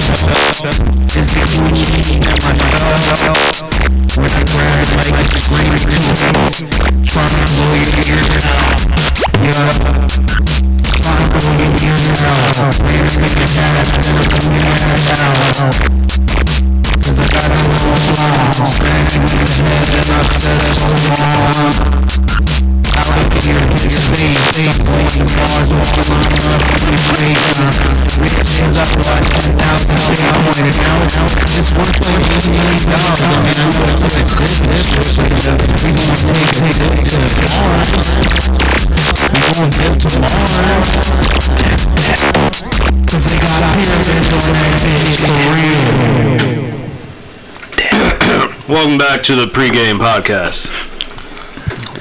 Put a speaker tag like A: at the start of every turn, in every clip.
A: Sir.
B: Welcome back to the pregame podcast,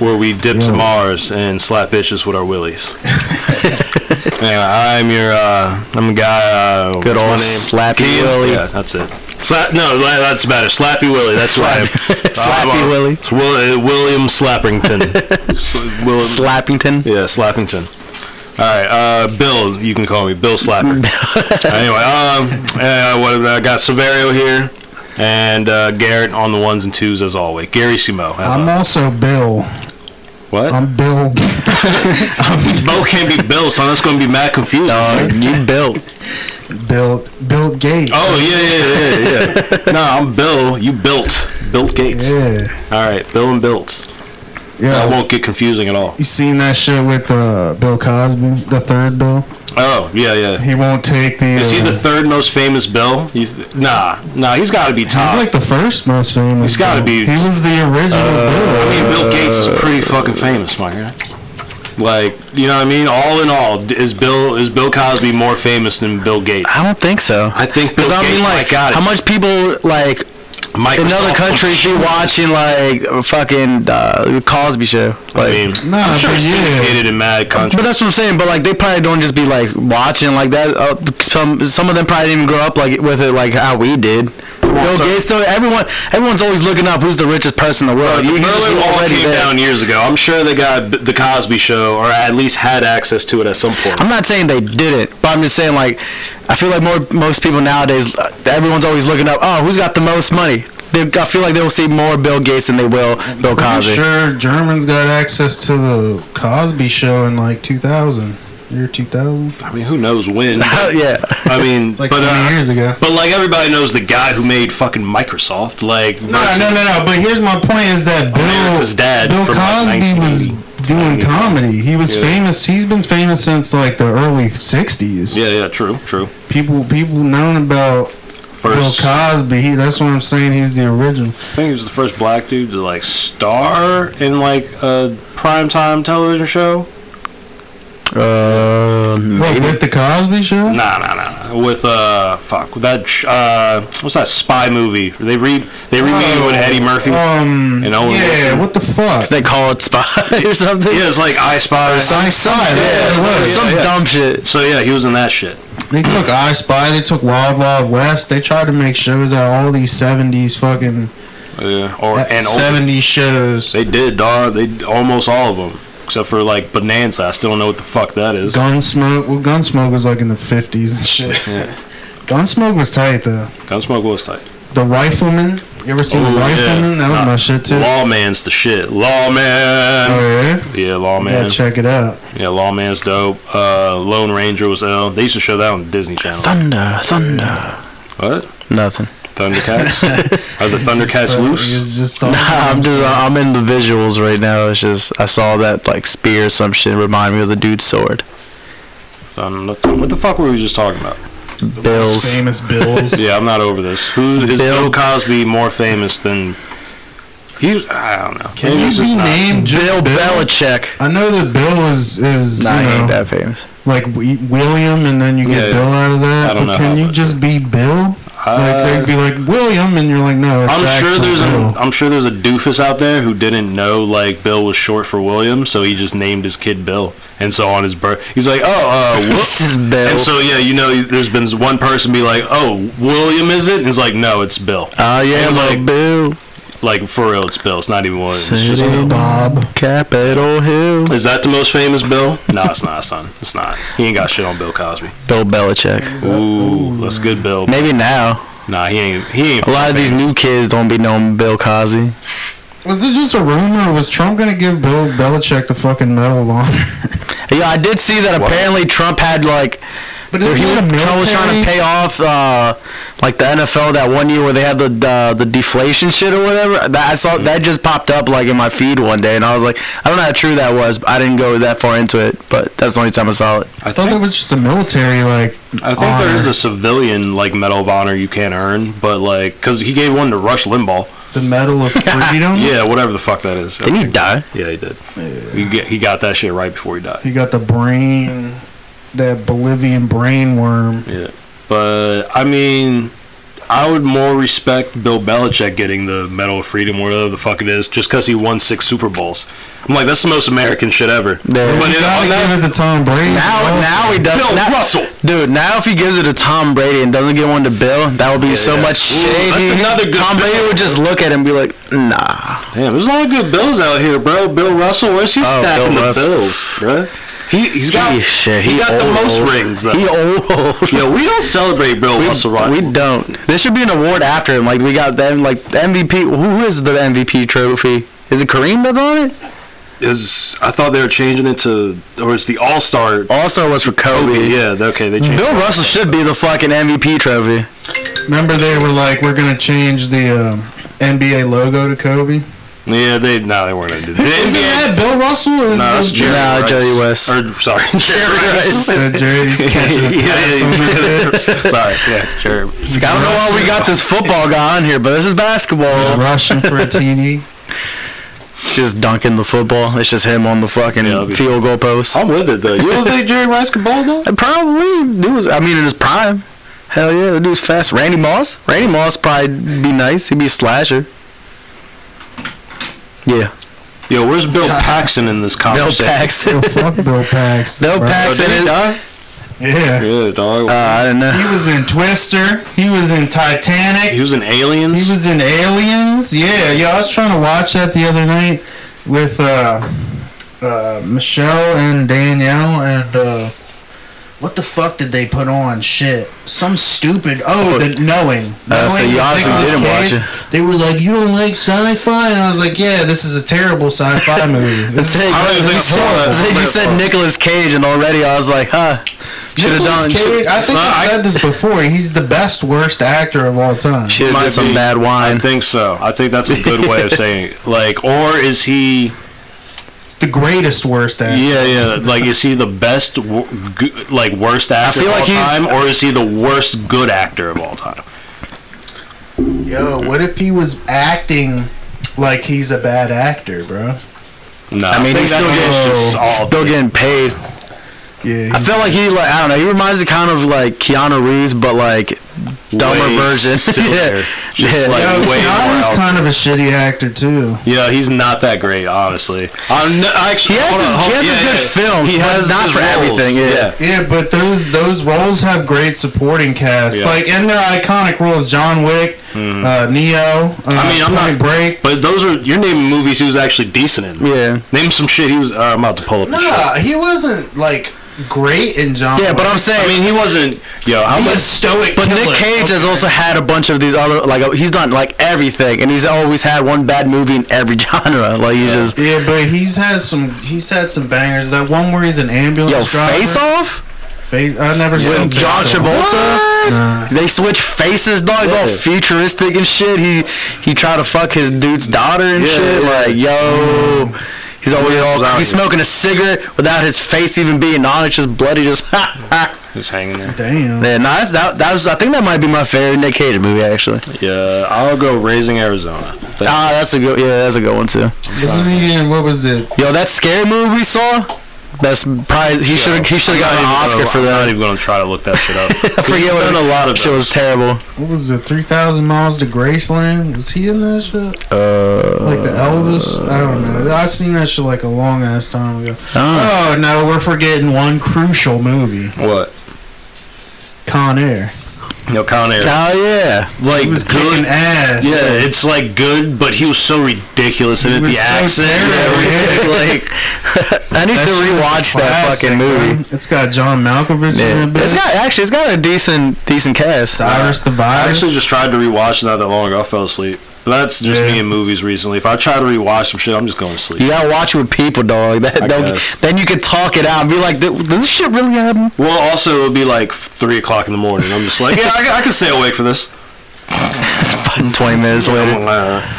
B: where we dip to Mars and slap bitches with our willies. anyway, I'm your, uh, I'm a guy. Uh,
C: Good old
B: my name-
C: Slappy
B: Keem?
C: Willie.
B: Yeah, that's it. Slap, no, la- that's better. Slappy Willie. That's right.
C: Slappy Willie.
B: It's Will, uh, William Slappington. S- William,
C: Slappington.
B: yeah, Slappington. All right, uh, Bill. You can call me Bill Slapper. anyway, um, uh, what, I got Severio here and uh, Garrett on the ones and twos as always. Gary Simo. as
D: I'm
B: always.
D: also Bill.
B: what?
D: I'm Bill.
B: Bo can't be Bill, son. That's going to be mad confused.
C: You built.
D: Bill. Bill Gates.
B: oh yeah, yeah, yeah, yeah. no, I'm Bill. You built, built Gates.
D: Yeah.
B: All right, Bill and Built.
D: Yeah.
B: That won't get confusing at all.
D: you seen that shit with uh, Bill Cosby, the third Bill?
B: Oh yeah, yeah.
D: He won't take the.
B: Is he
D: uh,
B: the third most famous Bill? You th- nah, nah. He's got to be top.
D: He's like the first most famous.
B: He's gotta
D: Bill.
B: be- Uh,
D: He was the original
B: I mean,
D: Bill.
B: Bill Gates is pretty fucking famous, my guy. Uh, Like, you know what I mean? All in all, d- is Bill is Bill Cosby more famous than Bill Gates?
C: I don't think so.
B: I think Bill
C: Because I
B: Gates
C: mean, like,
B: like, got
C: how much people like
B: Microsoft.
C: in other countries be watching like fucking uh, Cosby show? Like,
B: I mean,
D: Nah,
B: I'm sure
D: but
B: it's
D: yeah.
B: syndicated in mad countries.
C: But that's what I'm saying. But like, they probably don't just be like watching like that. Uh, some some of them probably didn't even grow up like with it like how we did. Bill
B: so-
C: Gates. So everyone everyone's always looking up who's the richest person in the world.
B: The
C: You- you just
B: Berlin Wall
C: already
B: came
C: there.
B: down years ago. I'm sure they got b- the Cosby Show, or at least had access to it at some point.
C: I'm not saying they didn't, but I'm just saying like I feel like more most people nowadays, uh, everyone's always looking up. Oh, who's got the most money? They, I feel like they will see more Bill Gates than they will Bill
D: I'm
C: Cosby.
D: sure Germans got access to the Cosby show in like 2000. Year 2000?
B: I mean, who knows when?
C: yeah,
B: I mean,
D: It's like
B: but
D: 20
B: uh,
D: years ago.
B: but like everybody knows the guy who made fucking Microsoft. Like,
D: No, no, no, no. But here's my point: is that
B: America's
D: Bill,
B: Dad
D: Bill
B: from, like,
D: Cosby was
B: 1980.
D: doing comedy. He was
B: Yeah.
D: famous. He's been famous since like the early '60s.
B: Yeah, yeah, true, true.
D: People, people known about
B: First,
D: Bill Cosby. He, that's what I'm saying. He's the original.
B: I think he was the first black dude to like star in like a primetime television show.
C: Um,
D: What, with the Cosby Show?
B: Nah, nah, nah. nah. With uh, fuck with that. sh- Uh, what's that spy movie? They re they remade it with Eddie Murphy.
D: Um.
B: And Owen
D: yeah.
B: Wilson.
D: What the fuck?
C: they call it spy or something.
B: yeah, it's like I Spy. or something.
D: I Spy. That's
C: Yeah,
D: what it was.
C: some dumb shit.
B: So yeah, he was in that shit.
D: They took I Spy. They took Wild Wild West. They tried to make shows out of all these '70s fucking
B: Yeah, or and old-
D: '70s shows.
B: they did, dog. They almost all of them, except for like Bonanza. I still don't know what the fuck that is.
D: Gunsmoke. Well, Gunsmoke was like in the '50s and shit. Gunsmoke was tight though.
B: Gunsmoke was tight.
D: The Rifleman. You ever seen
B: Oh,
D: The Rifleman? That was
B: Nah,
D: my shit too.
B: Lawman's the shit.
D: Oh
B: Lawman.
D: yeah.
B: Yeah,
D: Yeah,
B: Lawman.
D: check it out.
B: Yeah, Lawman's dope. Uh, Lone Ranger was ill. They used to show that on the Disney Channel.
C: Thunder, thunder.
B: What?
C: Nothing.
B: Thundercats? Are the
D: It's
B: Thundercats
D: just, uh,
B: loose?
D: It's just all.
C: Oh, I'm just I'm in the visuals right now. It's just I saw that like spear or some shit remind me of the dude's sword.
B: Thun- What the fuck were we just talking about?
C: Bills.
D: famous Bills.
B: Yeah, I'm not over this. Who is Bill,
C: Bill-
B: Cosby more famous than? He, I don't know.
D: Can
B: Maybe
D: you
B: this is
D: be
B: not-
D: named
C: Bill
D: Bill Belichick?
C: Belichick.
D: I know that Bill is is
C: Nah,
D: you
C: he ain't
D: know,
C: that famous.
D: like we, William, and then you get
B: Yeah, yeah.
D: Bill out of that.
B: I don't
D: but
B: know how
D: can you
B: much
D: just be Bill? like
B: Uh,
D: they'd be like William, and you're like, no. It's
B: I'm sure
D: actually
B: there's a,
D: Bill.
B: I'm sure there's a doofus out there who didn't know like Bill was short for William, so he just named his kid Bill, and so on his birth, he's like, oh, uh,
C: This
B: Wil-"
C: is Bill.
B: and so yeah, you know, there's been one person be like, oh, William is it? And he's like, no, it's Bill.
C: Oh yeah,
B: It's
C: like
B: like-
C: Bill.
B: Like for real, it's Bill. It's not even William. It's just
C: Sitting
B: Bill.
C: on
D: Bob.
C: Capitol Hill.
B: Is that the most famous Bill? No, it's not, son. It's not. He ain't got shit on Bill Cosby.
C: Bill Belichick.
B: Ooh, that's good, Bill.
C: Maybe now.
B: Nah, he ain't. He ain't.
C: A lot of these new kids don't be knowing Bill Cosby.
D: Was it just a rumor? Was Trump gonna give Bill Belichick the fucking Medal of Honor?
C: Yeah, I did see that. Apparently, Trump had like
D: But
C: He Trump was trying to pay off uh, like the NFL that one year where they had the the, the deflation shit or whatever. That I saw that just popped up like in my feed one day, and I was like, I don't know how true that was. But I didn't go that far into it, but that's the only time I saw it.
B: I
D: I thought
B: think.
D: that was just a military like.
B: I think there is a civilian like Medal of Honor you can earn, but like, cause he gave one to Rush Limbaugh.
D: the Medal of Freedom.
B: Yeah, whatever the fuck that is.
C: Didn't he die?
B: Yeah, he did. He, get, he got that shit right before he died.
D: You got the brain, that Bolivian brain worm.
B: Yeah, but I mean, I would more respect Bill Belichick getting the Medal of Freedom, whatever the fuck it is, just cause he won six Super Bowls. I'm like, that's the most American shit ever.
C: Yeah.
B: But
D: You
B: it-
D: gotta
B: on that-
D: give it to Tom Brady.
C: Now,
D: bro.
C: now he does.
B: Bill
C: now,
B: Russell.
C: dude. Now if he gives it to Tom Brady and doesn't give one to Bill, that would be so
B: yeah.
C: much
B: Ooh,
C: shade.
B: that's
C: He-
B: another good
C: Tom Brady
B: Bill.
C: would just look at him and be like, Nah.
B: Damn, there's a lot of good Bills out here, bro. Bill Russell, where's he
C: Oh, Bill
B: stacking the
C: Russell.
B: Bills, bro? He, he's got,
C: He- shit,
B: he
C: he
B: got the
C: old,
B: most
C: old.
B: rings, though.
C: He old.
B: Yo, we don't celebrate Bill Russell, right?
C: We don't. There should be an award after him. Like we got them. Like the MVP. Who is the MVP trophy? Is it Kareem that's on it?
B: is I thought they were changing it to, or it's the All Star.
C: Also, it was for Kobe.
B: Oh, Yeah, okay, they changed.
C: Bill Russell should be the fucking MVP trophy.
D: remember they were like, we're gonna change the um, NBA logo to Kobe.
B: Yeah, they no, they weren't gonna do that. NBA,
D: Isn't that Bill Russell? Is
B: no, it's
D: the,
B: Jerry.
C: Nah,
B: Rice.
C: Jerry West.
B: Or sorry, Jerry Rice.
D: Said Jerry's catching
B: yeah,
D: a pass on
B: yeah,
D: that
B: yeah.
D: bitch.
B: sorry, yeah, Jerry.
C: Like, I don't know why we got this football guy on here, but this is
D: He's
C: basketball.
D: rushing for a TD.
C: Just dunking the football. It's just him on the fucking
B: Yeah, that'd be- Oh,
C: field goal post.
B: I'm with it though. You don't think Jerry Rice could bowl though?
C: Probably. Dude was. I mean, in his prime. Hell yeah, the dude's fast. Randy Moss. Randy Moss probably be nice. He'd be a slasher. Yeah.
B: Yo, where's Bill Paxton in this
C: Bill
B: conversation?
C: Paxton.
D: Yo, fuck Bill Paxton.
C: Bill
D: bro.
C: Paxton is. Uh,
D: Yeah.
B: Yeah, dog.
C: I don't
D: He
C: know.
D: was in Twister. He was in Titanic.
B: he was in Aliens.
D: He was in Aliens. Yeah, yeah. I was trying to watch that the other night with uh, uh, Michelle and Danielle and uh, what the fuck did they put on? Shit, some stupid. Oh, the knowing.
C: Uh, so
D: Knowing
C: you
D: with
C: obviously
D: Nicolas
C: didn't watch
D: Cage.
C: it.
D: They were like, "You don't like sci-fi," and I was like, "Yeah, this is a terrible sci-fi movie." This
C: Say,
D: is
B: don't even think I saw
C: I
B: that.
C: said you said Nicolas Cage, and already I was like, huh. Should have
D: Nicolas
C: done.
D: Cage- I think
B: Nah, I-
D: I've said this before. He's the best worst actor of all time.
C: Should have
B: Might
C: done some
B: be.
C: bad
B: I
C: wine.
B: think so. I think that's a good way of saying it. Like, or is he?
D: He's the greatest worst actor.
B: Yeah, yeah. Like, is he the best, wo- go- like worst actor
C: feel
B: of
C: like
B: all
C: he's-
B: time, or is he the worst good actor of all time?
D: Yo, what if he was acting like he's a bad actor, bro?
B: No,
C: I mean,
B: think
C: he's
B: that
C: still
B: man's just
C: getting
B: all
C: still getting paid.
D: Yeah.
C: I feel like he like I don't know. He reminds me kind of like Keanu Reeves, but like dumber
B: way
C: version.
B: sillier. Just
C: Yeah.
B: like
D: Yo,
B: way more
D: Keanu's
B: out-
D: kind of a shitty actor too.
B: Yeah, he's not that great, honestly. I'm n- actually,
C: He has
B: hold
C: his-
B: on,
C: he
B: hold-
C: has his good films,
B: He
C: but
B: has
C: not
B: his
C: for
B: roles.
C: everything, yeah.
D: Yeah, but those those roles have great supporting casts.
B: Yeah.
D: Like in their iconic roles, John Wick,
C: Mm-hmm.
D: uh, Neo. Uh,
B: I mean, I'm not
D: Point Break.
B: But those are you're naming movies he was actually decent in.
C: Yeah.
B: Name some shit he was. Uh, I'm about to pull up. the shit.
D: Nah, he wasn't like great in John.
C: Yeah, but
D: Wick.
C: I'm
B: I
C: saying.
B: mean, he wasn't. Yo, how
D: He's a
B: much?
D: stoic.
C: but Nick
D: killer.
C: Cage has also had a bunch of these other like uh, he's done like everything, and he's always had one bad movie in every genre. Like he's just
D: Yeah, but he's had some. He's had some bangers. That one where he's an ambulance
C: yo
D: driver.
C: face off
D: Face. I never seen
C: with
D: Face
C: John
D: Off.
C: Travolta.
D: Nah.
C: They switch faces, dog. It's all
B: Yeah.
C: futuristic and shit. He he tried to fuck his dude's daughter and
B: Yeah,
C: shit.
B: yeah.
C: Like yo. He's always all
B: out
C: he's
B: here.
C: smoking a cigarette without his face even being on it, just bloody, just ha ha.
B: Just hanging there.
D: Damn.
C: Yeah, nah, that's, that that was I think that might be my favorite Nick Cage movie actually.
B: Yeah, I'll go Raising Arizona. That-
C: Ah, that's a good yeah, that's a good one too.
D: Isn't he in what was it?
C: Yo, that scary movie we saw. That's probably he should have he should have
B: I'm
C: got an
B: not even
C: Oscar
B: gonna-
C: for
B: I'm not
C: that.
B: even gonna try to look that shit up.
C: I forget what
B: done a lot of
C: shit was
B: those.
C: terrible.
D: What was it? Three thousand miles to Graceland. Was he in that shit?
C: Uh,
D: Like the Elvis? I don't know. I seen that shit like a long ass time ago.
C: Ah.
D: Oh no, we're forgetting one crucial movie,
B: what?
D: Con Air.
B: You know, Conair.
C: Oh yeah.
B: like
D: He was
B: good.
D: kicking ass.
B: Yeah, it's like good, but he was so ridiculous in
D: He
B: it. The
D: was so
B: accent,
D: terrible.
B: like
C: I need
D: That
C: to
D: shit is
C: rewatch that
D: classic,
C: fucking movie.
D: bro. It's got John Malkovich
C: Yeah.
D: in it.
C: It's got actually it's got a decent decent cast.
D: Cyrus the
B: I
D: Virus.
B: actually just tried to rewatch it not that long ago. I fell asleep. But that's just
D: Yeah.
B: me in movies recently. If I try to rewatch some shit, I'm just going to sleep.
C: You gotta watch with people, dog.
B: I
C: That, don't,
B: guess.
C: then you could talk it out and be like, "Th- "Does this shit really happen?"
B: Well, also it'll be like three o'clock in the morning. I'm just like, yeah, I, I can stay awake for this.
C: Fucking Twenty minutes later,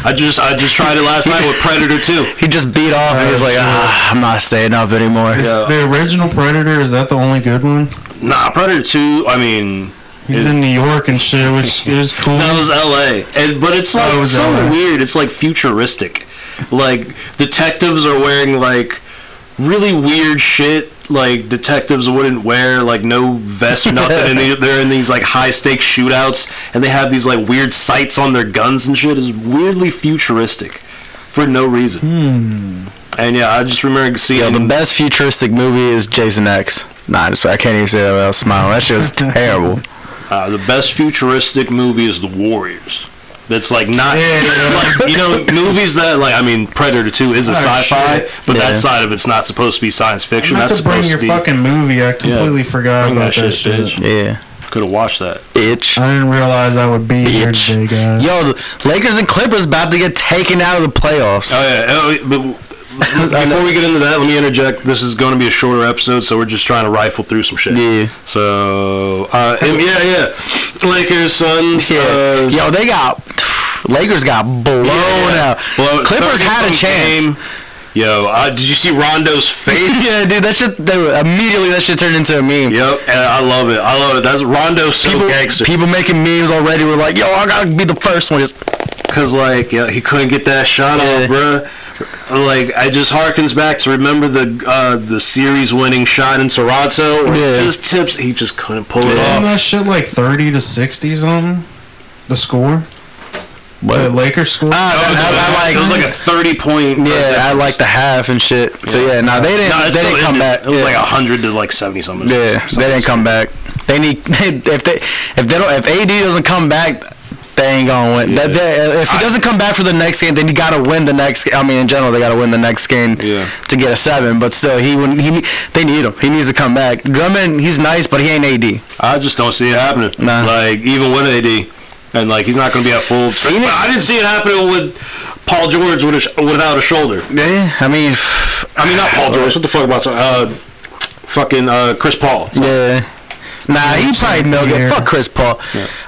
B: I just, I just tried it last night with Predator 2.
C: he just beat off and he's like, "Ah, I'm not staying up anymore."
D: Is
B: Oh, Yeah.
D: The original Predator is that the only good one?
B: Nah, Predator 2. I mean,
D: He's
B: Is-
D: in New York and shit, which is cool.
B: That was L.A. And but it's like
D: That was
B: so
D: LA.
B: weird. It's like futuristic. Like detectives are wearing like really weird shit. Like detectives wouldn't wear like no vest, nothing. and they, they're in these like high stakes shootouts, and they have these like weird sights on their guns and shit. Is weirdly futuristic for no reason. And yeah, I just remember seeing.
C: Yo, the best futuristic movie is Jason X. Nah, I, just, I can't even say that without smiling. That shit was terrible.
B: Uh, the best futuristic movie is The Warriors. That's like not
D: Yeah, yeah,
B: like, you know movies that like I mean Predator Two is a
D: Oh,
B: sci-fi,
D: shit.
B: but
C: Yeah.
B: that side of it's not supposed to be science fiction.
D: Not
B: That's
D: to bring
B: supposed
D: your
B: to be.
D: fucking movie. I completely forgot
B: Bring
D: about
B: that shit, bitch.
C: Yeah,
B: Could have watched that.
C: bitch.
D: I didn't realize I would be here
C: Bitch.
D: today, guys.
C: Yo, the Lakers and Clippers about to get taken out of the playoffs.
B: Oh yeah. Oh, but
C: I know.
B: before we get into that, let me interject. This is going to be a shorter episode, so we're just trying to rifle through some shit.
C: Yeah.
B: So uh, and yeah, yeah. Lakers, Suns.
C: Yeah.
B: Uh,
C: Yo, they got Lakers got blown
B: yeah.
C: out.
B: Blow-
C: Clippers had a
B: 30-some
C: chance.
B: game. Yo, uh, did you see Rondo's face?
C: yeah, dude, that shit. They were, immediately, that shit turned into a meme.
B: Yep, and I love it. I love it. That's Rondo so
C: People,
B: gangster.
C: people making memes already were like, "Yo, I gotta be the first one." Just,
B: Cause like yeah, he couldn't get that shot
C: Yeah.
B: off, bruh. Like I just harkens back to remember the uh, the series winning shot in Toronto. where
C: Yeah.
B: His tips, he just couldn't pull
D: Isn't
B: it off.
D: that shit like thirty to sixty something? The score, the Lakers score.
C: Ah,
B: That was
C: I- I
B: a-
C: like-
B: it was like a thirty point. uh,
C: yeah, I
B: difference.
C: like the half and shit. So yeah, nah, they didn't.
B: No, it
C: they
B: still
C: didn't come
B: ended-
C: back.
B: It was
C: yeah.
B: like hundred to like seventy something.
C: yeah, they didn't come back. They need if they if they don't if AD doesn't come back, they ain't gonna win. That, that- if he doesn't come back for the next game, then you gotta win the next. ga- I mean, in general, they gotta win the next game
B: Yeah.
C: to get a seven. But still, he wouldn't. He ne- they need him. He needs to come back. Drummond, he's nice, but he ain't AD.
B: I just don't see it happening.
C: Nah.
B: Like even with AD, and like he's not going to be at full.
C: Phoenix-
B: But I didn't see it happening with Paul George with a sh- without a shoulder.
C: Yeah, I mean,
B: I mean, not Paul George. What the fuck about uh, fucking uh, Chris Paul?
C: Yeah. Nah, he probably no
D: here.
C: good. Fuck Chris Paul.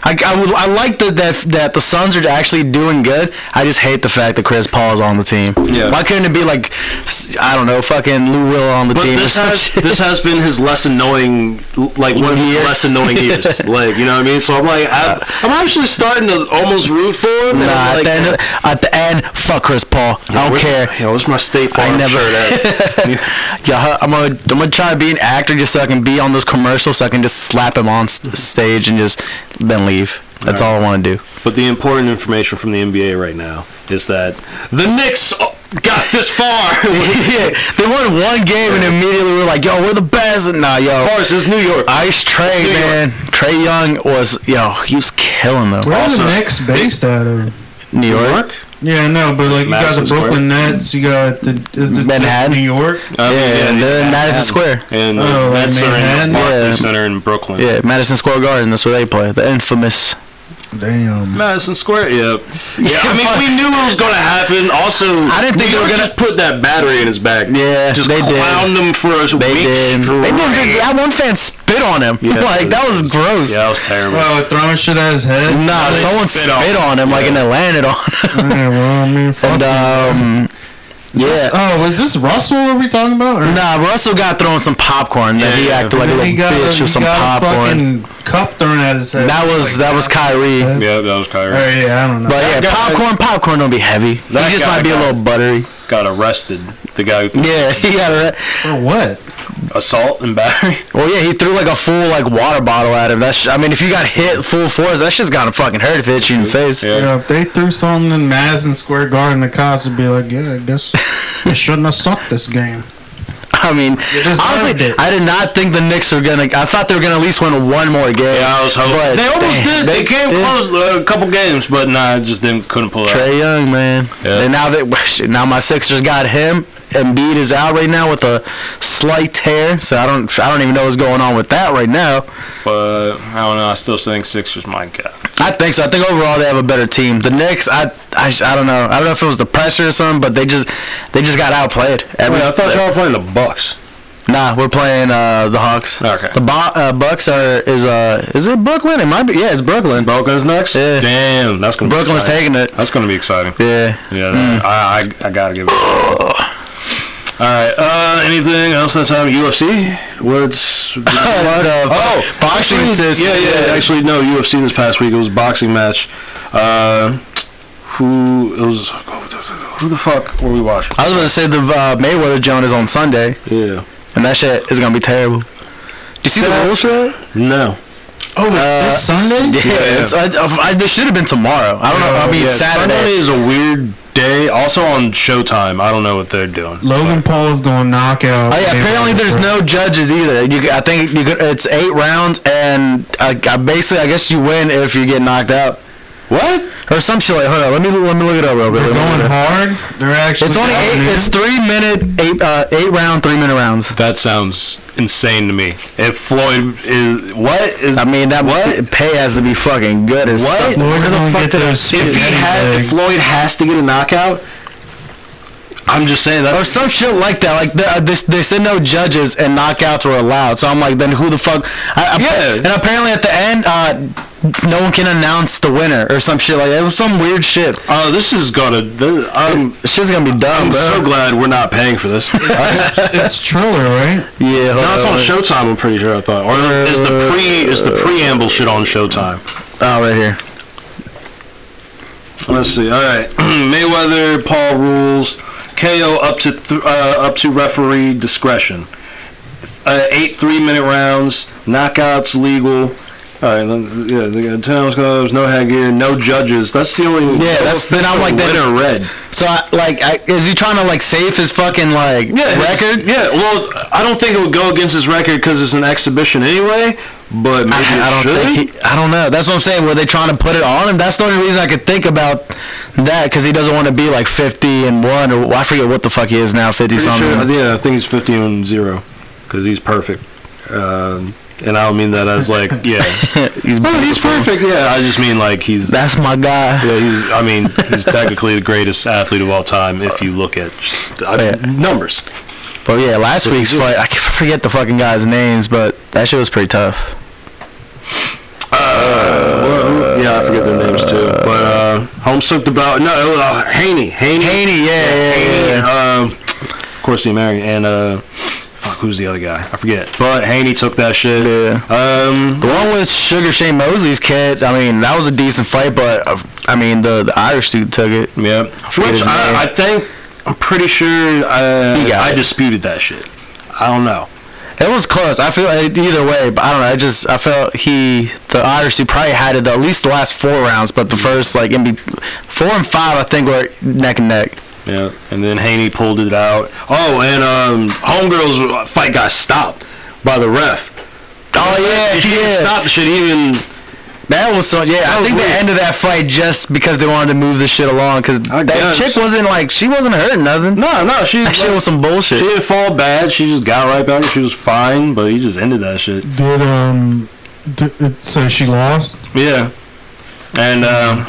C: I, I, would, I like that, that that the Suns are actually doing good. I just hate the fact that Chris Paul is on the team.
B: Yeah.
C: Why couldn't it be like s- I don't know, fucking Lou Will on the
B: But
C: team? or
B: this
C: some
B: has
C: shit?
B: this has been his less annoying, like one of his
C: Year.
B: less annoying years. Like you know what I mean? So I'm like, I'm, I'm actually starting to almost root for him. and
C: Uh, Nah,
B: I'm
C: at,
B: like,
C: the end, at the end, fuck Chris Paul. I don't
B: where's-
C: care.
B: Yeah, where's my State Farm
C: never-
B: shirt at?
C: Yeah, I'm gonna I'm gonna try to be an actor just so I can be on those commercials so I can just slap him on s- stage and just then leave. That's all I want to do.
B: But the important information from the NBA right now is that the Knicks uh, got this far. Of
C: yeah, they won one game and immediately we were like, "Yo, we're the best." Nah, yo,
B: course, it's New York.
C: Ice Trey,
B: New
C: man. Trey Young was yo, he was killing them.
D: Where are
B: also-
D: the Knicks based out of?
C: New York.
D: Yeah, no, but
B: Madison
D: like you got the
B: Square.
D: Brooklyn Nets, you got the is it just
C: Manhattan?
D: New York?
B: I mean,
C: yeah, and then
B: yeah,
C: Madison Square.
B: And
D: Oh,
B: the
D: like
B: Nets are in
D: Manhattan?
B: the
C: Yeah.
B: Barclays Center in Brooklyn.
C: Yeah, Madison Square Garden. That's where they play. The infamous.
D: Damn.
B: Madison Square. Yep. Yeah, I
C: fuck.
B: mean, we knew it was going to happen. Also,
C: I didn't think they
B: New
C: were
B: York
C: gonna-
B: just put that battery in his back.
C: Yeah,
B: just
C: they did.
B: clowned him for a
C: They
B: week
C: did. They did.
B: straight.
C: That one fan spit on him.
B: Yeah,
C: like that was gross.
B: Yeah, that was terrible.
D: Well, throwing shit at his head.
C: Nah,
B: they
C: someone
B: spit
C: spit on,
B: on
C: him like and it landed on him.
D: Yeah, well, I mean, fuck
C: and
D: it.
C: um,
D: Is this-
C: yeah.
D: oh, was this Russell? Are we talking about? Or
C: Nah, Russell got thrown some popcorn. Then he
B: Yeah.
C: acted like a
D: And
C: little
D: then he got,
C: bitch
D: he
C: with some
D: got a
C: popcorn.
D: fucking cup thrown at his head.
C: That was
D: Like,
C: that was Kyrie.
B: yeah, that was Kyrie.
D: Or, yeah, I don't know.
C: But yeah,
B: guy-
C: popcorn, popcorn don't be heavy. He
B: That
C: just
B: guy
C: might be a
B: got-
C: little buttery.
B: Got arrested. The guy who
C: Yeah, he got it.
D: For what?
B: assault and battery.
C: Well, yeah, he threw like a full like water bottle at him. That's I mean, if you got hit full force, that shit's gonna fucking hurt if it hits you in the face.
B: Yeah.
D: You know, if they threw something in Madison Square Garden, the cops would be like, "Yeah, I guess they shouldn't have sucked this game."
C: I mean,
D: They deserved
C: honestly,
D: it.
C: I did not think the Knicks were gonna. I thought they were gonna at least win one more game.
B: Yeah, I was hoping.
C: But
B: they almost
C: damn,
B: did. They, came
C: did.
B: close uh, a couple games, but nah, just didn't couldn't pull it out.
C: Trey Young, man.
B: Yeah.
C: And now that shit, now my Sixers got him. Embiid is out right now with a slight tear, so I don't I don't even know what's going on with that right now.
B: But I don't know. I still think Sixers might get.
C: I think so. I think overall they have a better team. The Knicks, I, I, I don't know. I don't know if it was the pressure or something, but they just they just got outplayed.
B: I
C: Every,
B: mean, I thought y'all were playing the Bucks.
C: nah, we're playing uh, the Hawks.
B: Okay.
C: The Bo- uh, Bucks are is uh is it Brooklyn? It might be. Yeah, it's Brooklyn.
B: Brooklyn's next.
C: Yeah.
B: Damn, that's gonna.
C: Brooklyn's
B: be exciting.
C: taking it.
B: That's gonna be exciting.
C: Yeah.
B: Yeah, that- I, I I gotta give it. All right. Uh, anything else that's on UFC? What's
C: oh, boxing.
B: actually,
C: is-
B: yeah, yeah, Actually, no. UFC this past week it was a boxing match. Uh, who it was? Who the fuck were we watching?
C: I was about to say the uh, Mayweather Jones is on Sunday,
B: Yeah.
C: and that shit is gonna be terrible. You see the rules for that?
B: No.
D: Oh, it's this Sunday?
C: Uh, Yeah, It's, I, I, this should have been tomorrow. I don't know. I mean,
B: Yeah,
C: Saturday.
B: Sunday is a weird day. Also on Showtime. I don't know what they're doing.
D: Logan Paul's going knockout.
C: Oh yeah, apparently there's no judges either. You, c- I think you could, it's eight rounds, and I, I basically, I guess you win if you get knocked out
B: What?
C: or some shit like. Hold on, let me let me look it up real quick.
D: They're
C: Let me
D: going
C: look it up.
D: hard. They're actually.
C: It's only eight. It's three minute eight uh, eight round three minute rounds.
B: That sounds insane to me. If Floyd is what is
C: I mean that
B: What?
C: pay has to be fucking good. As
B: What?
C: fuck.
D: Floyd's
C: Where the
D: gonna
C: fuck
D: get
C: did I
D: their
C: see
B: if
C: it?
B: he
D: spaghetti
B: had, if
D: bags.
B: Floyd has to get a knockout, I'm just saying
C: or
B: that's
C: some shit like that. Like the, uh, this, they said no judges and knockouts were allowed. So I'm like, then who the fuck? I, I,
B: Yeah.
C: And apparently at the end, uh, no one can announce the winner or some shit like that. It was some weird shit.
B: oh, this is gonna. This, I'm
C: Shit's gonna be dumb,
B: I'm
C: bro.
B: so glad we're not paying for this. no,
D: It's Triller, right?
C: yeah, hold
B: it's
C: on.
B: on Showtime. I'm pretty sure I thought, or is the pre is the preamble shit on Showtime?
C: oh, right here.
B: Let's see. All right, Mayweather, Paul rules, KO up to th- uh, up to referee discretion. Uh, eight three minute rounds, knockouts legal. All right, then- yeah, they got towns gloves, no headgear, no judges. That's the only
C: Yeah, that's- then I'm like that-
B: red or red.
C: So, I, like, I, is he trying to like save his fucking like record?
B: Yeah, well, I don't think it would go against his record because it's an exhibition anyway. But maybe
C: I,
B: it
C: I don't
B: should.
C: think. He, I don't know. That's what I'm saying. Were they trying to put it on him? That's the only reason I could think about that because he doesn't want to be like 50 and one or I forget what the fuck he is now, 50
B: Pretty
C: something.
B: sure- yeah, I think he's 50 and 0 because he's perfect. Um, and I don't mean that as like, yeah.
C: He's
B: oh, he's perfect. Yeah, I just mean like he's.
C: That's my guy.
B: yeah, he's. I mean, he's technically the greatest athlete of all time if you look at I
C: Yeah.
B: numbers.
C: But yeah, last week's fight, I can forget the fucking guys' names, but that shit was pretty tough.
B: Well, Uh, yeah, I forget their names too. But uh, Holmes took the belt. No, it was, uh, Haney. Haney.
C: Haney, yeah, yeah,
B: Haney,
C: yeah. yeah.
B: uh, of course, the American and uh, fuck, who's the other guy? I forget. But Haney took that shit.
C: Yeah.
B: Um,
C: The one with Sugar Shane Mosley's kid, I mean, that was a decent fight, but uh, I mean, the, the Irish dude took it.
B: Yeah.
C: forget
B: Which
C: his name.
B: I, I think I'm pretty sure
C: He
B: I,
C: got
B: I
C: it.
B: disputed that shit. I don't know.
C: It was close. I feel like either way, but I don't know. I just I felt he the Irish dude probably had it at least the last four rounds, but the first like in be, four and five, I think were neck and neck.
B: Yeah. And then Haney pulled it out. Oh, and um, Homegirl's fight got stopped by the ref.
C: Oh yeah,
B: She didn't
C: yeah.
B: stop the shit even.
C: That was so. Yeah, I
B: was
C: think the
B: weird.
C: end of that fight just because they wanted to move the shit along because
B: I
C: that
B: guess.
C: chick wasn't like she wasn't hurting nothing.
B: No, no, she.
C: That shit was some bullshit.
B: She didn't fall bad. She just got right back. She was fine, but he just ended that shit.
D: Did um, d- it- so she lost.
B: Yeah. And um,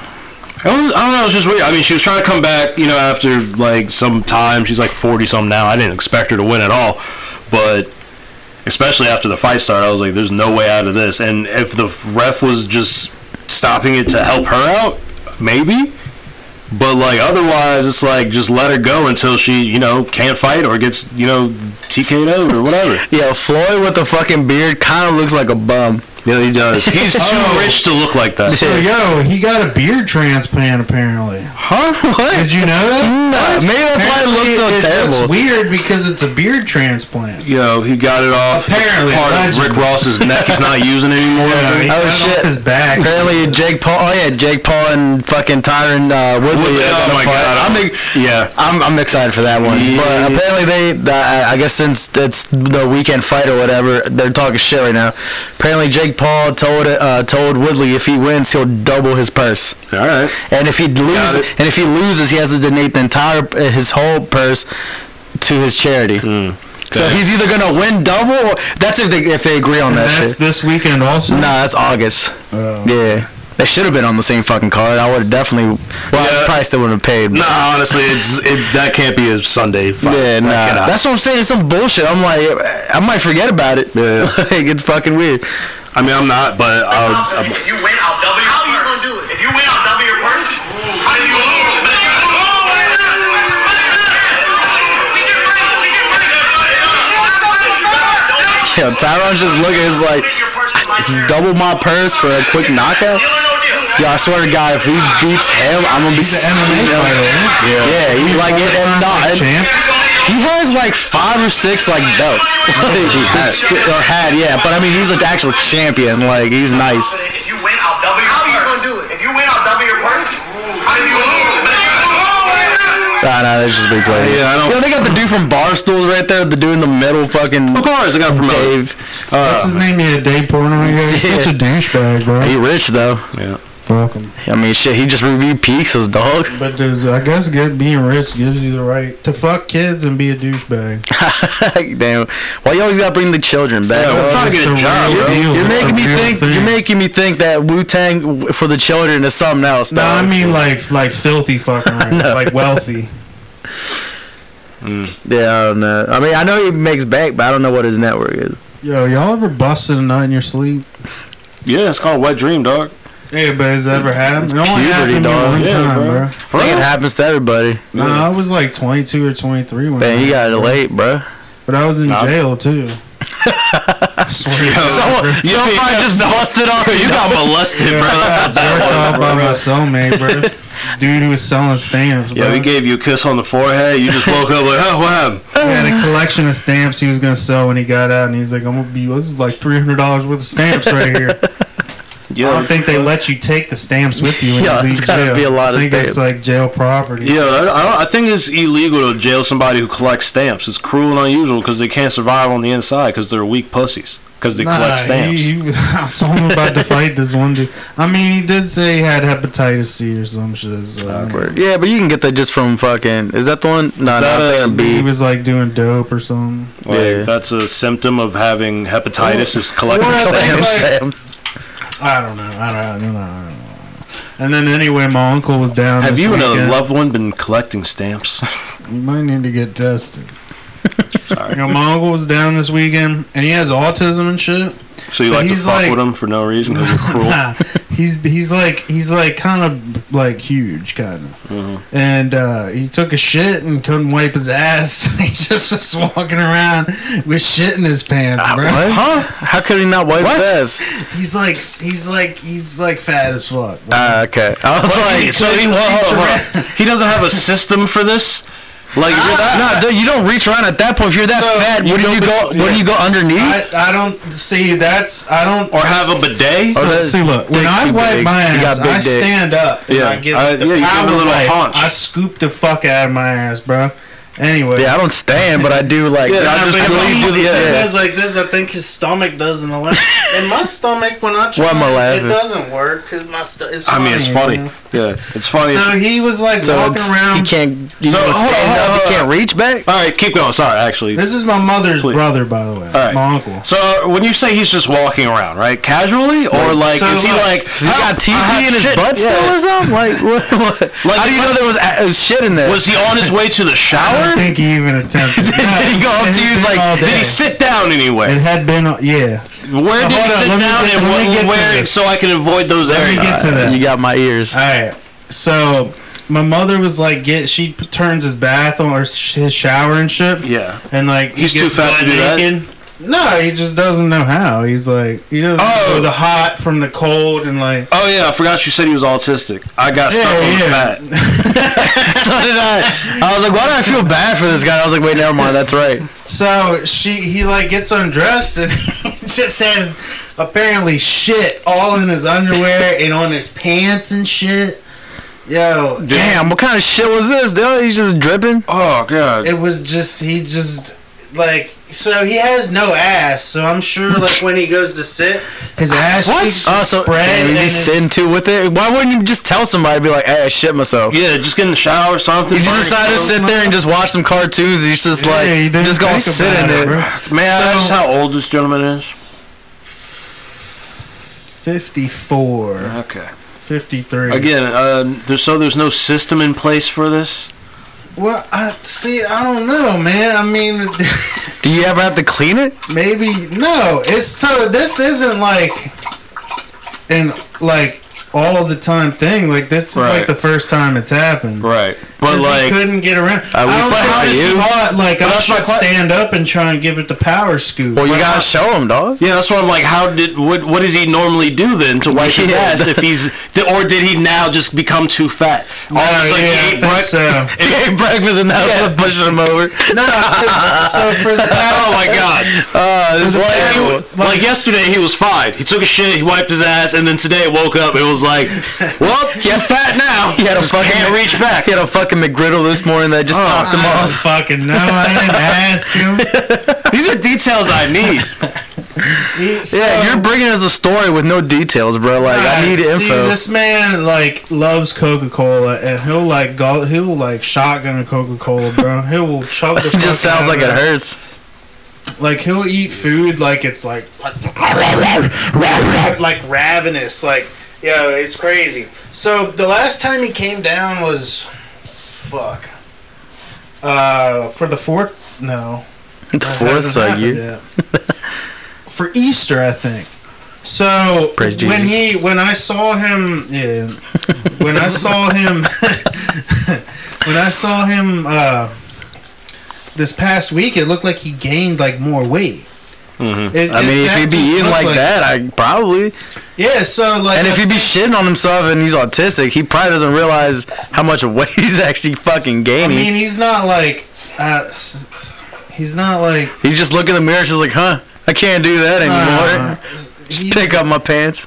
B: it was, I don't know. It was just weird. I mean, she was trying to come back, you know, after like some time. She's like forty something now. I didn't expect her to win at all, but especially after the fight started, I was like, "There's no way out of this." And if the ref was just stopping it to help her out, maybe. But like otherwise, it's like just let her go until she, you know, can't fight or gets, you know, TK'd out or whatever.
C: Yeah, Floyd with the fucking beard kind of looks like a bum.
B: Yeah, he does. He's too
D: Oh.
B: rich to look like that.
D: So yo, he got a beard transplant apparently.
C: Huh? What?
D: Did you know that?
C: Nah, maybe that's why it looks so
D: Apparently,
C: terrible.
D: Looks weird because it's a beard transplant.
B: Yo, he got it off. It's
D: Apparently,
B: part of
D: legend.
B: Rick Ross's neck. He's not using it anymore.
D: Yeah, he
C: Oh,
D: got it off
C: shit.
D: his back.
C: Apparently, Jake Paul. Oh yeah, Jake Paul and fucking Tyron uh, Woodley.
B: Woodley,
C: are
B: oh
C: gonna
B: my
C: fight.
B: god!
C: I'm,
B: I'm, yeah,
C: I'm I'm excited for that one.
B: Yeah.
C: But apparently, they. The, I I guess since it's the weekend fight or whatever, they're talking shit right now. Apparently, Jake Paul told uh, told Woodley if he wins, he'll double his purse.
B: all right.
C: And if he loses,
B: it.
C: and if he loses, he has to donate the entire his whole purse to his charity.
B: Hmm.
C: So
B: Okay.
C: he's either gonna win double. Or, that's if they if they agree on
D: And
C: that
D: that's
C: shit.
D: this weekend also.
C: Nah, that's August.
D: Oh.
C: Yeah, they should have been on the same fucking card. I would have definitely. Well,
B: Yeah.
C: I probably still wouldn't have paid. but-
B: Nah, honestly, it's it, that can't be a Sunday fight.
C: Yeah,
B: That
C: nah.
B: cannot.
C: That's what I'm saying. It's some bullshit. I'm like, I might forget about it.
B: Yeah.
C: like, it's fucking weird.
B: I mean, I'm not, but I'll,
A: If you win, I'll double your purse. How you gonna do it? If you win, I'll double your purse. How do you lose?
C: Yeah, Tyron's just looking. It's like double my purse for a quick knockout. Yo, I swear to God, if he beats him, I'm gonna be
D: He's an MMA
C: Yeah.
D: fighter, right?
C: Yeah, he like it and not. and-
D: champ.
C: He has like five or six like belts. Like, or had, yeah. But I mean, he's an actual champion. Like he's nice.
A: If you win, I'll double your purse. How you gonna do it? If you win, I'll double your purse. How do you lose?
C: Nah, nah, that's just big play.
B: Yeah, I don't-
C: Yo, they got the dude from Barstools right there. The dude in the middle, fucking
B: of course, I got promoted.
C: Dave. Uh,
D: What's his name? Yeah, Dave Portnoy. Yeah, he's
C: Yeah.
D: such a douchebag,
C: He
D: bro.
C: rich though.
B: Yeah.
D: Fuck him.
C: I mean, shit. He just reviewed Peaks' dog.
D: But does, I guess get, being rich gives you the right to fuck kids and be a douchebag.
C: Damn. Why you always gotta bring the children back?
B: Yeah,
C: dog?
B: well, trying to get a
D: It's
B: job,
D: real
B: bro.
D: deal.
C: You're
D: It's a
C: making me
D: real
C: think.
D: thing.
C: You're making me think that Wu Tang for the children is something else.
D: No, I
C: dog.
D: mean like like filthy fucking rich, like wealthy.
C: yeah, I don't know. I mean, I know he makes back, but I don't know what his network is.
D: Yo, y'all ever busted a nut in your sleep?
B: Yeah, it's called Wet Dream, dog.
D: Hey, but has it ever happened? It only
C: puberty,
D: happened to me
C: dog.
D: one
B: Yeah,
D: time,
B: bro.
D: bro.
C: I think it happens to everybody.
D: No, I was like 22 or 23 when.
C: Man,
D: I-
C: you got it late, bro.
D: but I was in
B: Nah.
D: jail too. I swear. to God.
C: Someone, somebody just busted off. You got
B: molested,
D: Yeah, I got jerked off by my cellmate, bro. Dude who was selling stamps, bro.
B: Yeah, we gave you a kiss on the forehead. You just woke up like, oh, what happened?
D: He had a collection of stamps he was gonna sell when he got out, and he's like, "I'm gonna be this is like three hundred dollars worth of stamps right here." I
B: Yo,
D: don't think they let you take the stamps with you when
C: Yeah,
D: you leave
C: it's gotta
D: jail.
C: be a lot of
D: I think
C: stamps.
D: it's like jail property.
B: yo, I, I don't- I think it's illegal to jail somebody who collects stamps. It's cruel and unusual because they can't survive on the inside because they're weak pussies because they
D: Nah,
B: collect stamps.
D: He, he, I saw him about to fight this one dude. I mean, he did say he had hepatitis C or some shit. So
C: Yeah, but you can get that just from fucking. Is that the one? No, no,
B: that a-
C: I'm
D: He
C: thinking B.
D: was like doing dope or something.
B: like,
C: Yeah.
B: That's a symptom of having hepatitis. Is collecting
D: Well,
B: stamps.
C: Damn,
D: like-
C: Sam's.
D: I don't know. I don't, I don't know. I don't know. And then anyway, my uncle was down.
B: Have
D: this
B: you and a
D: weekend.
B: loved one been collecting stamps?
D: You might need to get tested. You know, my uncle was down this weesend and he has autism and shit.
B: So you
D: But
B: like to
D: he's
B: fuck
D: like-
B: with them for no reason because you're cruel.
D: Nah, he's he's like he's like kind of like huge, kind of.
B: Mm-hmm.
D: And uh, he took a shit and couldn't wipe his ass. he just was walking around with shit in his pants,
B: Ah,
D: bro.
C: What? Huh? How could he not wipe
B: What?
C: his ass?
D: He's like he's like he's like fat as fuck. bro.
C: Ah, okay. I was like,
B: so he, he doesn't have a system for this. Like you're that,
C: no, dude, you don't reach around at that point. If you're that
B: Ah. So,
C: fat,
B: you
C: wouldn't
B: don't
C: you go?
B: be- yeah.
C: Wouldn't you go underneath?
D: I, I don't see that's I don't
B: or have a bidet.
C: Oh,
D: So,
C: that
D: see, look, when
C: dick
D: I
C: too
D: wipe
C: big.
D: my
C: You got
D: ass,
C: big
D: I
C: dick.
D: stand up. And
B: Yeah.
D: I give
B: Uh,
D: it the
B: yeah, you give it a
D: power
B: little
D: wipe.
B: haunch.
D: I scoop the fuck out of my ass, bro. Anyway.
C: yeah, I don't stand, but I do like.
B: Yeah,
C: I
B: I just
C: just
D: but
B: believe
D: he-
C: really do the.
D: he
C: Yeah.
D: does like this. I think his stomach doesn't allow. and my stomach, when I try,
C: Why am I
D: it
C: laughing?
D: doesn't work because my st- it's.
B: I mean, it's funny.
D: you know?
B: Yeah, it's funny.
D: So he was like
C: So
D: walking
C: it's, you
D: around.
C: can't. You
B: So,
C: don't
B: hold on,
C: stand up.
B: hold on, hold
C: You
B: on. Uh,
C: can't reach back.
B: All right, keep going. Sorry, actually.
D: This is my mother's
B: Please.
D: brother, by the way.
B: All right.
D: My uncle.
B: so uh, when you say he's just walking around, right? Casually, or like
D: So,
B: is he
D: look,
B: like
C: Does he
B: "Oh,
C: got
B: I
C: TV
B: had
C: in his
B: shit."
C: butt
B: Yeah.
C: still or something? Like what? what?
B: Like,
C: How do you know there was, a- was shit in there?
B: Was he on his way to the
D: I don't
B: shower?
D: think he even attempted. did,
C: he go up to you, he's like,
B: Did he sit down
D: It
B: anyway?
D: had been, yeah.
B: Where did he
D: Hold on,
B: sit
D: let me
B: down
D: get-
B: and
D: let me
B: wh-
D: get to
B: where
D: this.
B: so I can avoid those
D: Let me
B: areas?
D: get to that.
C: uh, you got my ears.
D: All right. So my mother was like, get she p- turns his bath on or sh- his shower and shit.
B: Yeah.
D: And like
B: He's too fat to do that?
D: that. No, he just doesn't know how. He's like he doesn't
B: Oh.
D: know the hot from the cold and like
B: Oh yeah, I forgot you said he was autistic. I got stuck
D: Yeah,
B: on
D: yeah.
B: that.
C: so did I. I was like, why do I feel bad for this guy? I was like, wait, never mind. That's right.
D: So she he like gets undressed and just has apparently shit all in his underwear and on his pants and shit. Yo,
C: Damn, what kind of shit was this, dude? He's just dripping.
B: Oh god.
D: it was just he just like so he has no ass. So I'm sure like when he goes to sit, his ass cheeks
C: Oh,
D: just
C: so
D: spread.
C: damn,
D: and
C: he's
D: it's-
C: sitting too with it. Why wouldn't you just tell somebody? Be like, hey, I shit myself.
B: Yeah, just get in the shower or something.
C: You just
B: Burn
C: decided to
B: yourself.
C: sit there and just watch some cartoons. He's just like,
D: Yeah, you didn't
C: just gonna
D: think
C: sit
D: about
C: in
D: it,
C: it.
D: bro.
B: May I ask
D: So-
B: how old this gentleman is?
D: 54,
B: Okay.
D: 53.
B: Again, uh, there's, so there's no system in place for this.
D: Well, I see. I don't know, man. I mean.
C: Do you ever have to clean it?
D: maybe no it's so this isn't like an like all the time thing like this is
B: Right.
D: like the first time it's happened
B: Right. But
D: 'Cause
B: like,
D: he couldn't get around
C: At
D: i
C: least
D: don't know
C: not
D: how
C: you.
D: you thought like i
B: that's my
D: should
B: que-
D: stand up and try and give it the power scoop
C: Well, you gotta show him, dog.
B: yeah, that's why I'm like, how did what? What does he normally do then to wipe his
C: Yeah.
B: ass if he's, di- or did he now just become too fat? All of a
D: Oh,
B: sudden he
D: yeah, I
B: ate
D: think
B: breakfast.
D: so.
C: He ate breakfast and now yeah. pushing him over.
D: no, 'cause- so for the
B: Oh
D: power,
B: my god!
C: Uh, this is
B: Like, he
C: terrible.
B: was- like yesterday, he was fine. He took a shit, he wiped his ass, and then today woke up. It was like, well, you're fat now.
C: He had a fucking
B: can't reach back.
C: He had a fucking McGriddle this morning that just topped him
D: Oh, I
C: off.
D: don't fucking no, I didn't ask him.
B: These are details I need.
D: He- so-
C: Yeah, you're bringing us a story with no details, bro. Like I
D: Right.
C: need
D: See,
C: info.
D: This man like loves Coca Cola, and he'll like go, he'll like shotgun a Coca Cola, bro. he will chug. The
C: it just
D: fuck
C: sounds
D: out
C: like
D: of
C: it hurts.
D: Like he'll eat food like it's like like ravenous. Like yo, it's crazy. So the last time he came down was fuck. Uh, for the fourth? No,
C: The
D: that
C: fourth
D: hasn't
C: like
D: happened
C: you.
D: yet. for Easter, I think. So
C: Praise
D: when
C: Jesus.
D: he when I saw him yeah, when I saw him when I saw him uh, this past week, it looked like he gained like more weight. It-
C: I
D: it-
C: mean, if
D: that
C: he'd be
D: just
C: eating
D: looked
C: like that, I probably.
D: yeah. So like,
C: And if
D: I
C: he'd be
D: think-
C: shitting on himself and he's autistic, he probably doesn't realize how much weight he's actually fucking
D: I
C: gaining.
D: mean, he's not like, uh, s- s- he's not like
C: he just look in the mirror, and just like, huh, I can't do that anymore.
D: uh,
C: just
D: he's-
C: pick up my pants.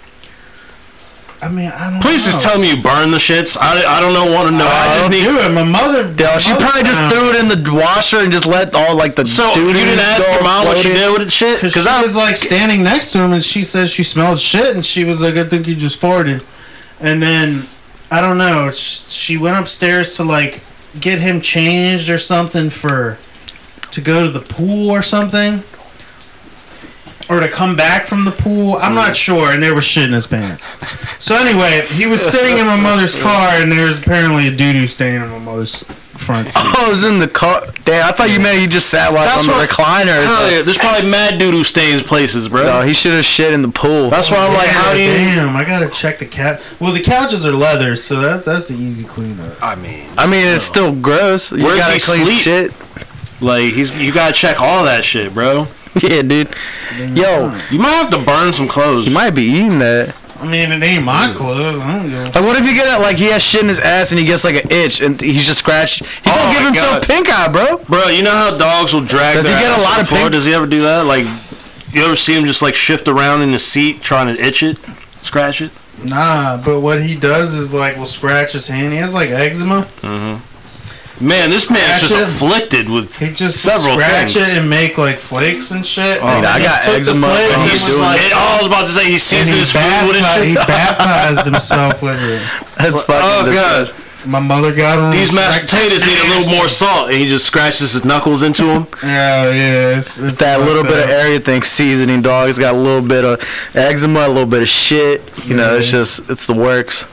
D: I mean, I don't.
B: Please just tell me you burn the shits. I, I don't know want to know. I just
D: I
B: need.
D: do it. My mother.
C: Dale,
D: my
C: she
D: mother
C: probably just
D: found-
C: threw it in the washer and just let all like the
B: So you
C: duties
B: didn't ask
C: go
B: your mom what she
C: floating.
B: did with the shit?
D: Because
B: Because
D: I
B: I'm
D: was like standing next to him, and she says she smelled shit, and she was like, "I think you just farted." And then I don't know. sh- She went upstairs to like get him changed or something for to go to the pool or something, or to come back from the pool. I'm not sure. And there was shit in his pants. So anyway, he was sitting in my mother's car, and there was apparently a doo doo stain on my mother's front seat.
C: Oh, it was in the car. Damn, I thought you meant he just sat like
B: That's
C: on the
B: what-
C: recliner. Or something.
B: there's probably mad dude who stains places, bro.
C: No, he should have shit in the pool.
B: That's why I'm like, how do you?
D: Damn, I gotta check the cat. Well, the couches are leather, so that's that's an easy cleanup.
B: I mean,
C: I mean, it's still gross. You
B: Where does
C: gotta
B: he
C: clean
B: sleep?
C: shit.
B: like he's you gotta check all that shit, bro.
C: Yeah, dude. Yo,
B: You might have to burn some clothes.
C: he might be eating that.
D: I mean, it ain't my clothes. I don't give a
C: Like, what if you get it? Like, he has shit in his ass and he gets like an itch and he's just scratched. He
B: Oh
C: gonna give
B: my
C: himself
B: God.
C: pink eye, bro.
B: Bro, you know how dogs will drag.
C: Does he
B: their
C: get a
B: ass
C: lot
B: on the
C: of
B: floor?
C: pink-
B: Does he ever do that? Like, you ever see him just like shift around in his seat trying to itch it, scratch it?
D: Nah, but what he does is like will scratch his hand. He has like eczema.
B: Man, this man's just
D: Scratch it.
B: afflicted with
D: He just
B: Several
D: scratch
B: things.
D: it and make like flakes and shit. Oh,
C: I got eczema.
D: flakes
C: bro.
D: and
B: He's
D: was
B: doing
D: like-
B: it. Oh, I was about to say he
D: and
B: seasoned
D: he,
B: his food with his
D: baptized, he
B: shit.
D: baptized himself with it.
C: That's
B: Oh
C: fucking disgusting.
B: god,
D: My mother got him.
B: these mashed potatoes need a little more salt, and he just scratches his knuckles into them.
D: Yeah, yeah. It's, it's
C: That little bit of
D: fucked up.
C: everything seasoning, dog. It's got a little bit of eczema, a little bit of shit. You know, it's
D: Yeah.
C: just it's the works.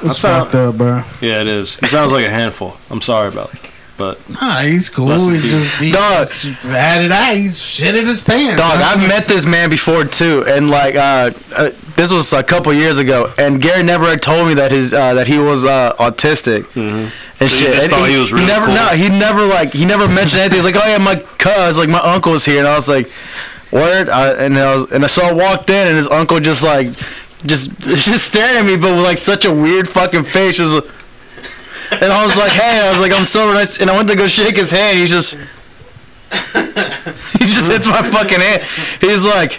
D: It's fucked up, bro.
B: Yeah, it is. He sounds like a handful. I'm sorry about it. But
D: Nah, Ah, he's
B: Rest
D: cool.
B: in
D: He
B: peace.
D: just he
C: Dog.
D: just had it out. He's shit in his pants.
C: Dog, I've met this man before too, and like uh, uh, this was a couple years ago, and Gary never had told me that his uh, that he was uh, autistic and
B: Mm-hmm. you
C: shit.
B: just
C: and
B: thought he was really
C: never,
B: cool.
C: no, he never like he never mentioned anything. He's like, oh yeah, my cuz, like my uncle's here, and I was like, word, I, and I was, and I so I walked in, and his uncle just like just just staring at me, but with like such a weird fucking face, just. like- And I was like, hey, I was like, I'm so nice. And I went to go shake his hand. He's just, he just hits my fucking hand. He's like,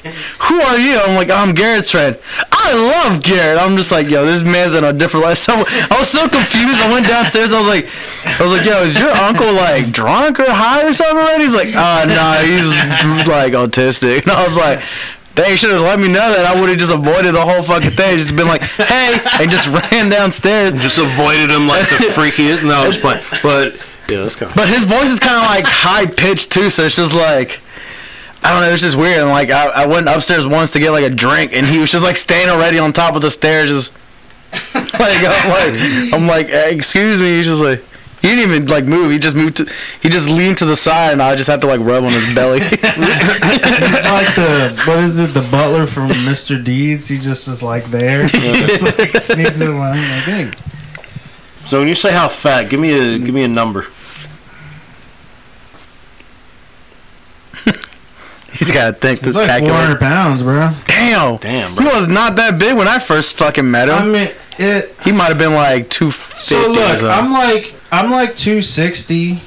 C: "Who are you?" I'm like, "I'm Garrett's friend." I love Garrett. I'm just like, "Yo, this man's in a different life." So I was so confused. I went downstairs. I was like, "I was like, yo, is your uncle like drunk or high or something?" Already? He's like, "Uh, no, he's like autistic." And I was like. They should have let me know that I would have just avoided the whole fucking thing. Just been like, "Hey," and just ran downstairs.
B: just avoided him like the freakiest. No, I was playing. But yeah, let's go.
C: But his voice is kind of like high pitched too, so it's just like I don't know. It's just weird. And like I, I went upstairs once to get like a drink, and he was just like standing already on top of the stairs, just like I'm like I'm like "Eh, excuse me. He's just like he didn't even like move. He just moved to he just leaned to the side, and I just had to like rub on his belly.
D: He's like the what is it? The butler from Mr. Deeds. He just is like there. just like sneaks in around. Like, hey,
B: So when you say how fat, give me a give me a number.
C: He's got to think this
D: it's like four
C: calculator.
D: hundred pounds, bro.
C: Damn,
B: Damn,
C: He
B: bro.
C: was not that big when I first fucking met
D: I
C: him.
D: mean, it.
C: He might have been like two fifty.
D: So look, I'm like I'm like two sixty,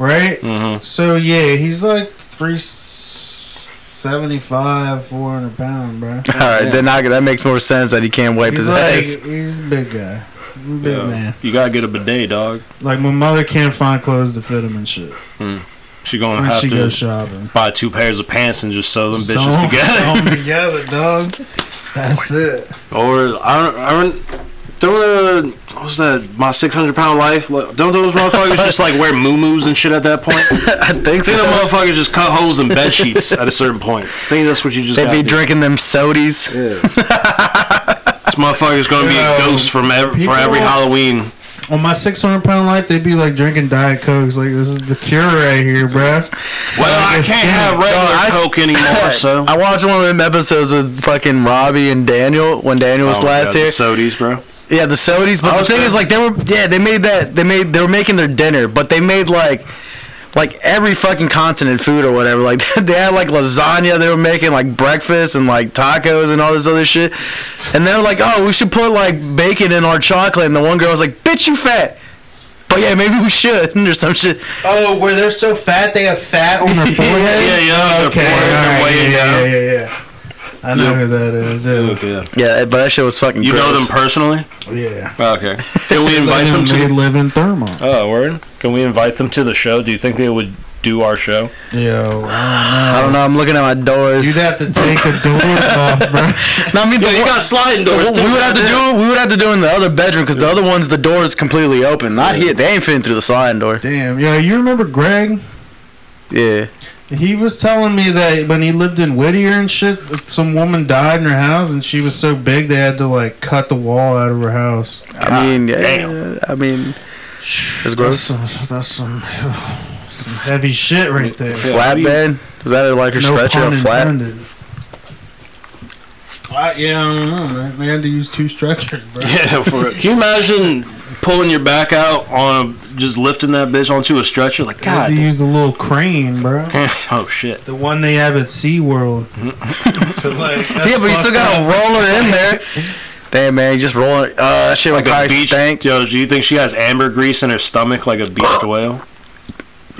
D: right?
C: Mm.
B: Mm-hmm.
D: So yeah, he's like three seventy five, four hundred pound, bro.
C: All right, then I, that makes more sense that he can't wipe
D: He's
C: his
D: like
C: ass.
D: he's a big guy, big man.
B: You gotta get a bidet, dog.
D: Like my mother can't find clothes to fit him and shit
B: She gonna
D: when
B: have
D: she
B: to
D: goes shopping.
B: buy two pairs of pants and just sew them
D: Sew
B: bitches
D: 'em- sew
B: together.
D: 'em together, dog. That's it.
B: Or I don't, I don't. Don't uh, what was that? My six hundred pound life. Like, Don't those motherfuckers just like wear muumuus and shit at that point?
C: I think
B: Think the
C: so.
B: motherfuckers just cut holes in bed sheets at a certain point. Think that's what you just.
C: They'd
B: gotta
C: be
B: do.
C: drinking them sodies.
B: Yeah. this motherfucker's gonna be a
D: Yo,
B: ghost from ev-
D: people-
B: for every Halloween.
D: On my six hundred pound life, they'd be like drinking diet cokes. Like this is the cure right here, bro.
B: Well, I
D: it's
B: can't have
D: skinny.
B: regular
C: No, I s-
B: coke anymore, so.
C: I watched one of them episodes with fucking Robbie and Daniel when Daniel was
B: Oh my
C: last
B: God,
C: here.
B: the Sodies, bro.
C: yeah, the sodies. But
B: I
C: the
B: was
C: thing
B: there.
C: is, like, they were yeah, they made that they made they were making their dinner, but they made like like every fucking continent food or whatever. Like they had like lasagna. They were making like breakfast and like tacos and all this other shit. And they were like, oh, we should put like bacon in our chocolate. And the one girl was like, bitch, you fat. But yeah, maybe we should or some shit.
D: Oh, where they're so fat they have fat on their forehead.
B: Yeah, yeah, they're
D: Okay,
B: pouring their
D: alright,
B: way
D: yeah,
B: down.
D: yeah, yeah, yeah. I know who that is. Yeah,
B: Okay.
C: Yeah, but that shit was fucking.
B: You know
C: gross.
B: them personally?
D: yeah.
B: Oh, Okay. Can we invite them
D: They
B: to?
D: live in Thermont.
B: Oh, word. Can we invite them to the show? Do you think they would do our show?
D: Yo, I
C: I don't know. I'm looking at my
D: don't know.
C: doors.
D: You'd have to take the doors off, bro.
C: no, I mean, the one-
B: sliding
C: we would have to do we would have to do in the other bedroom because the other one's the door is completely open. Not here. They ain't fitting through the sliding door.
D: Damn, yo, you remember Greg?
C: Yeah.
D: He was telling me that when he lived in Whittier and shit, that some woman died in her house, and she was so big they had to like cut the wall out of her house.
C: I mean, yeah.
B: damn.
C: I mean, it's
D: That's
C: gross.
D: some, that's some, some heavy shit right there.
C: Flatbed. Was that like her stretcher
D: pun
C: or flat?
D: intended. I, yeah, I don't know, man. They had to use two stretchers, bro.
B: Yeah, for it. Can you imagine pulling your back out on a, just lifting that bitch onto a stretcher? Like,
D: They had
B: God.
D: to use a little crane, bro.
B: oh shit.
D: The one they have at SeaWorld. so like,
C: Yeah, but you still gotta roll her in there. Damn man, you just roll it. Uh, that shit would
B: Like a
C: probably
B: beach.
C: stank.
B: Yo, do you think she has ambergrease in her stomach like a beached whale?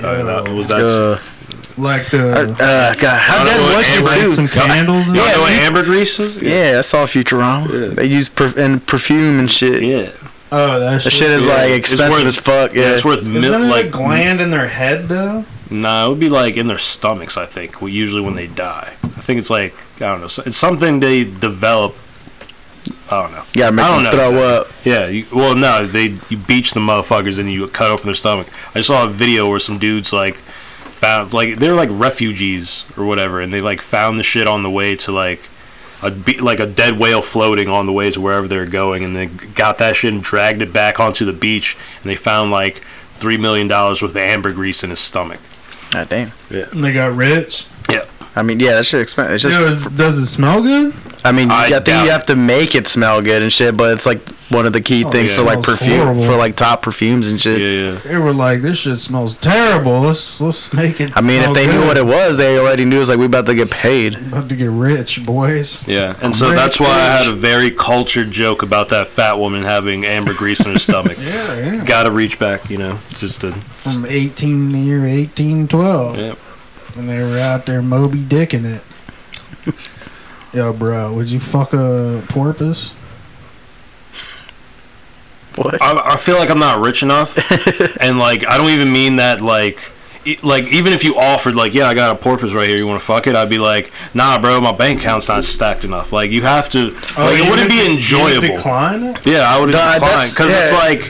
B: Oh, that was that.
C: Uh,
D: Like
C: uh,
D: the
C: God, how
B: I don't know
C: dead
B: what
C: was she
B: amber-
D: light
C: too?
D: some candles.
B: you
D: and-
B: know what ambergrease is?
C: Yeah, I saw Futurama.
B: Yeah.
C: They use perf- and perfume and shit.
B: Yeah.
D: oh, that
C: That
D: shit.
C: shit is
B: Yeah.
C: like
B: It's
C: expensive
B: worth-
C: as fuck. Yeah.
B: Yeah, it's worth mil-
D: Isn't it
B: like
D: a gland in their head though?
B: Nah, it would be like in their stomachs. I think. We usually when they die. I think it's like I don't know. so- It's something they develop. I don't know.
C: You gotta make
B: I don't
C: them
B: know
C: throw
B: exactly.
C: up.
B: Yeah. You, well, no, they you beach the motherfuckers and you cut open their stomach. I saw a video where some dudes like found like they're like refugees or whatever, and they like found the shit on the way to like. A, be- like a dead whale floating on the way to wherever they're going, and they got that shit and dragged it back onto the beach, and they found like three million dollars worth of ambergrease in his stomach.
C: God damn.
D: And they got rich.
B: Yeah,
C: I mean, yeah, that shit expensive. It's just,
D: Yo, is, does it smell good?
C: I mean,
B: I
C: I, think
B: doubt
C: you
B: it.
C: have to make it smell good and shit, but it's like one of the key things
B: yeah.
C: for like
D: Smells
C: perfume,
D: horrible.
C: for like top perfumes and
B: yeah,
C: shit.
B: yeah.
D: They were like, this shit smells terrible. Let's let's make it.
C: I mean,
D: smell
C: if they knew
D: good.
C: what it was, they already knew it was like we about to get paid.
D: about to get rich, boys.
B: Yeah, and so
D: Rich
B: that's why I
D: bitch.
B: had a very cultured joke about that fat woman having ambergrease in her stomach.
D: Yeah, yeah.
B: Got to reach back, you know, just to
D: From eighteen the year eighteen twelve,
B: yeah.
D: and they were out there Moby Dicking it. Yo, bro, would you fuck a porpoise?
C: What?
B: I, I feel like I'm not rich enough, and like I don't even mean that like. e- Like even if you offered like yeah I got a porpoise right here you want to fuck it I'd be like nah bro my bank account's not stacked enough like Oh, you have to
D: Oh,
B: like it wouldn't be enjoyable
D: Decline it.
B: yeah I would
C: Nah,
B: decline
C: that's-
B: because it's
C: yeah.
B: like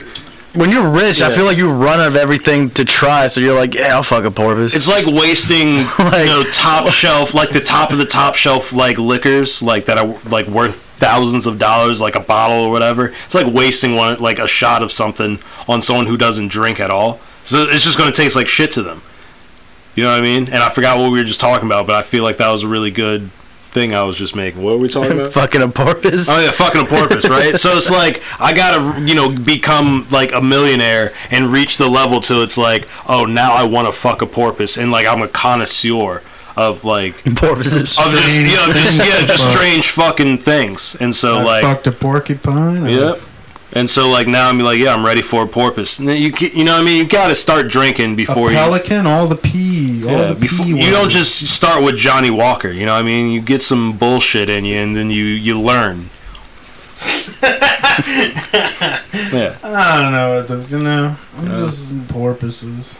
C: When you're rich, I
B: Yeah.
C: feel like you run out of everything to try, so you're like, yeah, I'll fuck a porpoise.
B: It's like wasting,
C: Like-
B: you know, top shelf, like the top of the top shelf, like liquors, like that are like worth thousands of dollars, like a bottle or whatever. It's like wasting one, like a shot of something on someone who doesn't drink at all. So it's just gonna taste like shit to them. You know what I mean? And I forgot what we were just talking about, but I feel like that was a really good thing I was just making. What were we talking about?
C: fucking a porpoise.
B: Oh yeah, fucking a porpoise, right? so it's like I gotta, you know, become like a millionaire and reach the level till it's like, oh, now I want to fuck a porpoise, and like I'm a connoisseur of like,
C: Porpoises.
B: of just, you know, just yeah, just
D: Fuck.
B: strange fucking things, and so
D: I
B: like,
D: fucked a porcupine.
B: yep. And so like now I'm like, yeah, I'm ready for a porpoise. And then you ca- you know what I mean? You gotta start drinking
D: A
B: before you.
D: pelican, all the pee, all
B: Yeah,
D: the
B: before,
D: pee.
B: you don't
D: words.
B: just start with Johnny Walker, you know what I mean? You get some bullshit in you and then you, you learn. yeah.
D: I don't know. what the- You know, I'm just porpoises.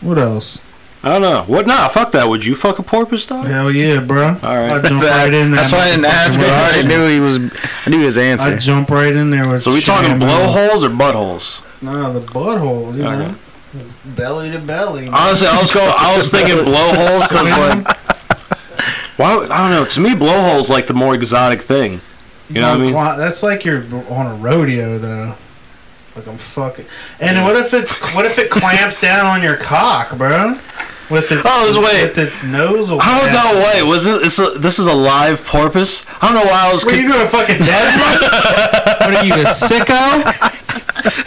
D: What else?
B: I don't know. What? Nah, fuck that. Would you fuck a porpoise dog?
D: Hell yeah, bro.
B: All right.
D: I jump
C: That's,
D: right in there.
C: that's why I didn't ask. I already knew he was. I knew his answer.
D: I jump right in there with.
B: So we talking
D: Shamu.
B: blowholes or buttholes?
D: Nah, the butthole. You
B: Okay.
D: know, belly to belly.
B: Honestly, I was going. I was thinking blowholes because like, why? would- I don't know. To me, blowholes like the more exotic thing. You know what I mean?
D: Cli- that's like you're on a rodeo though. Like I'm fucking. And what if it's what if it clamps down on your cock, bro? With its
B: Oh, it's- wait. Oh,
D: with its nose.
B: I don't know. Wait, was it? It's a, this is a live porpoise. I don't know why I was.
D: What are you gonna fucking deadlift? what are you a sicko?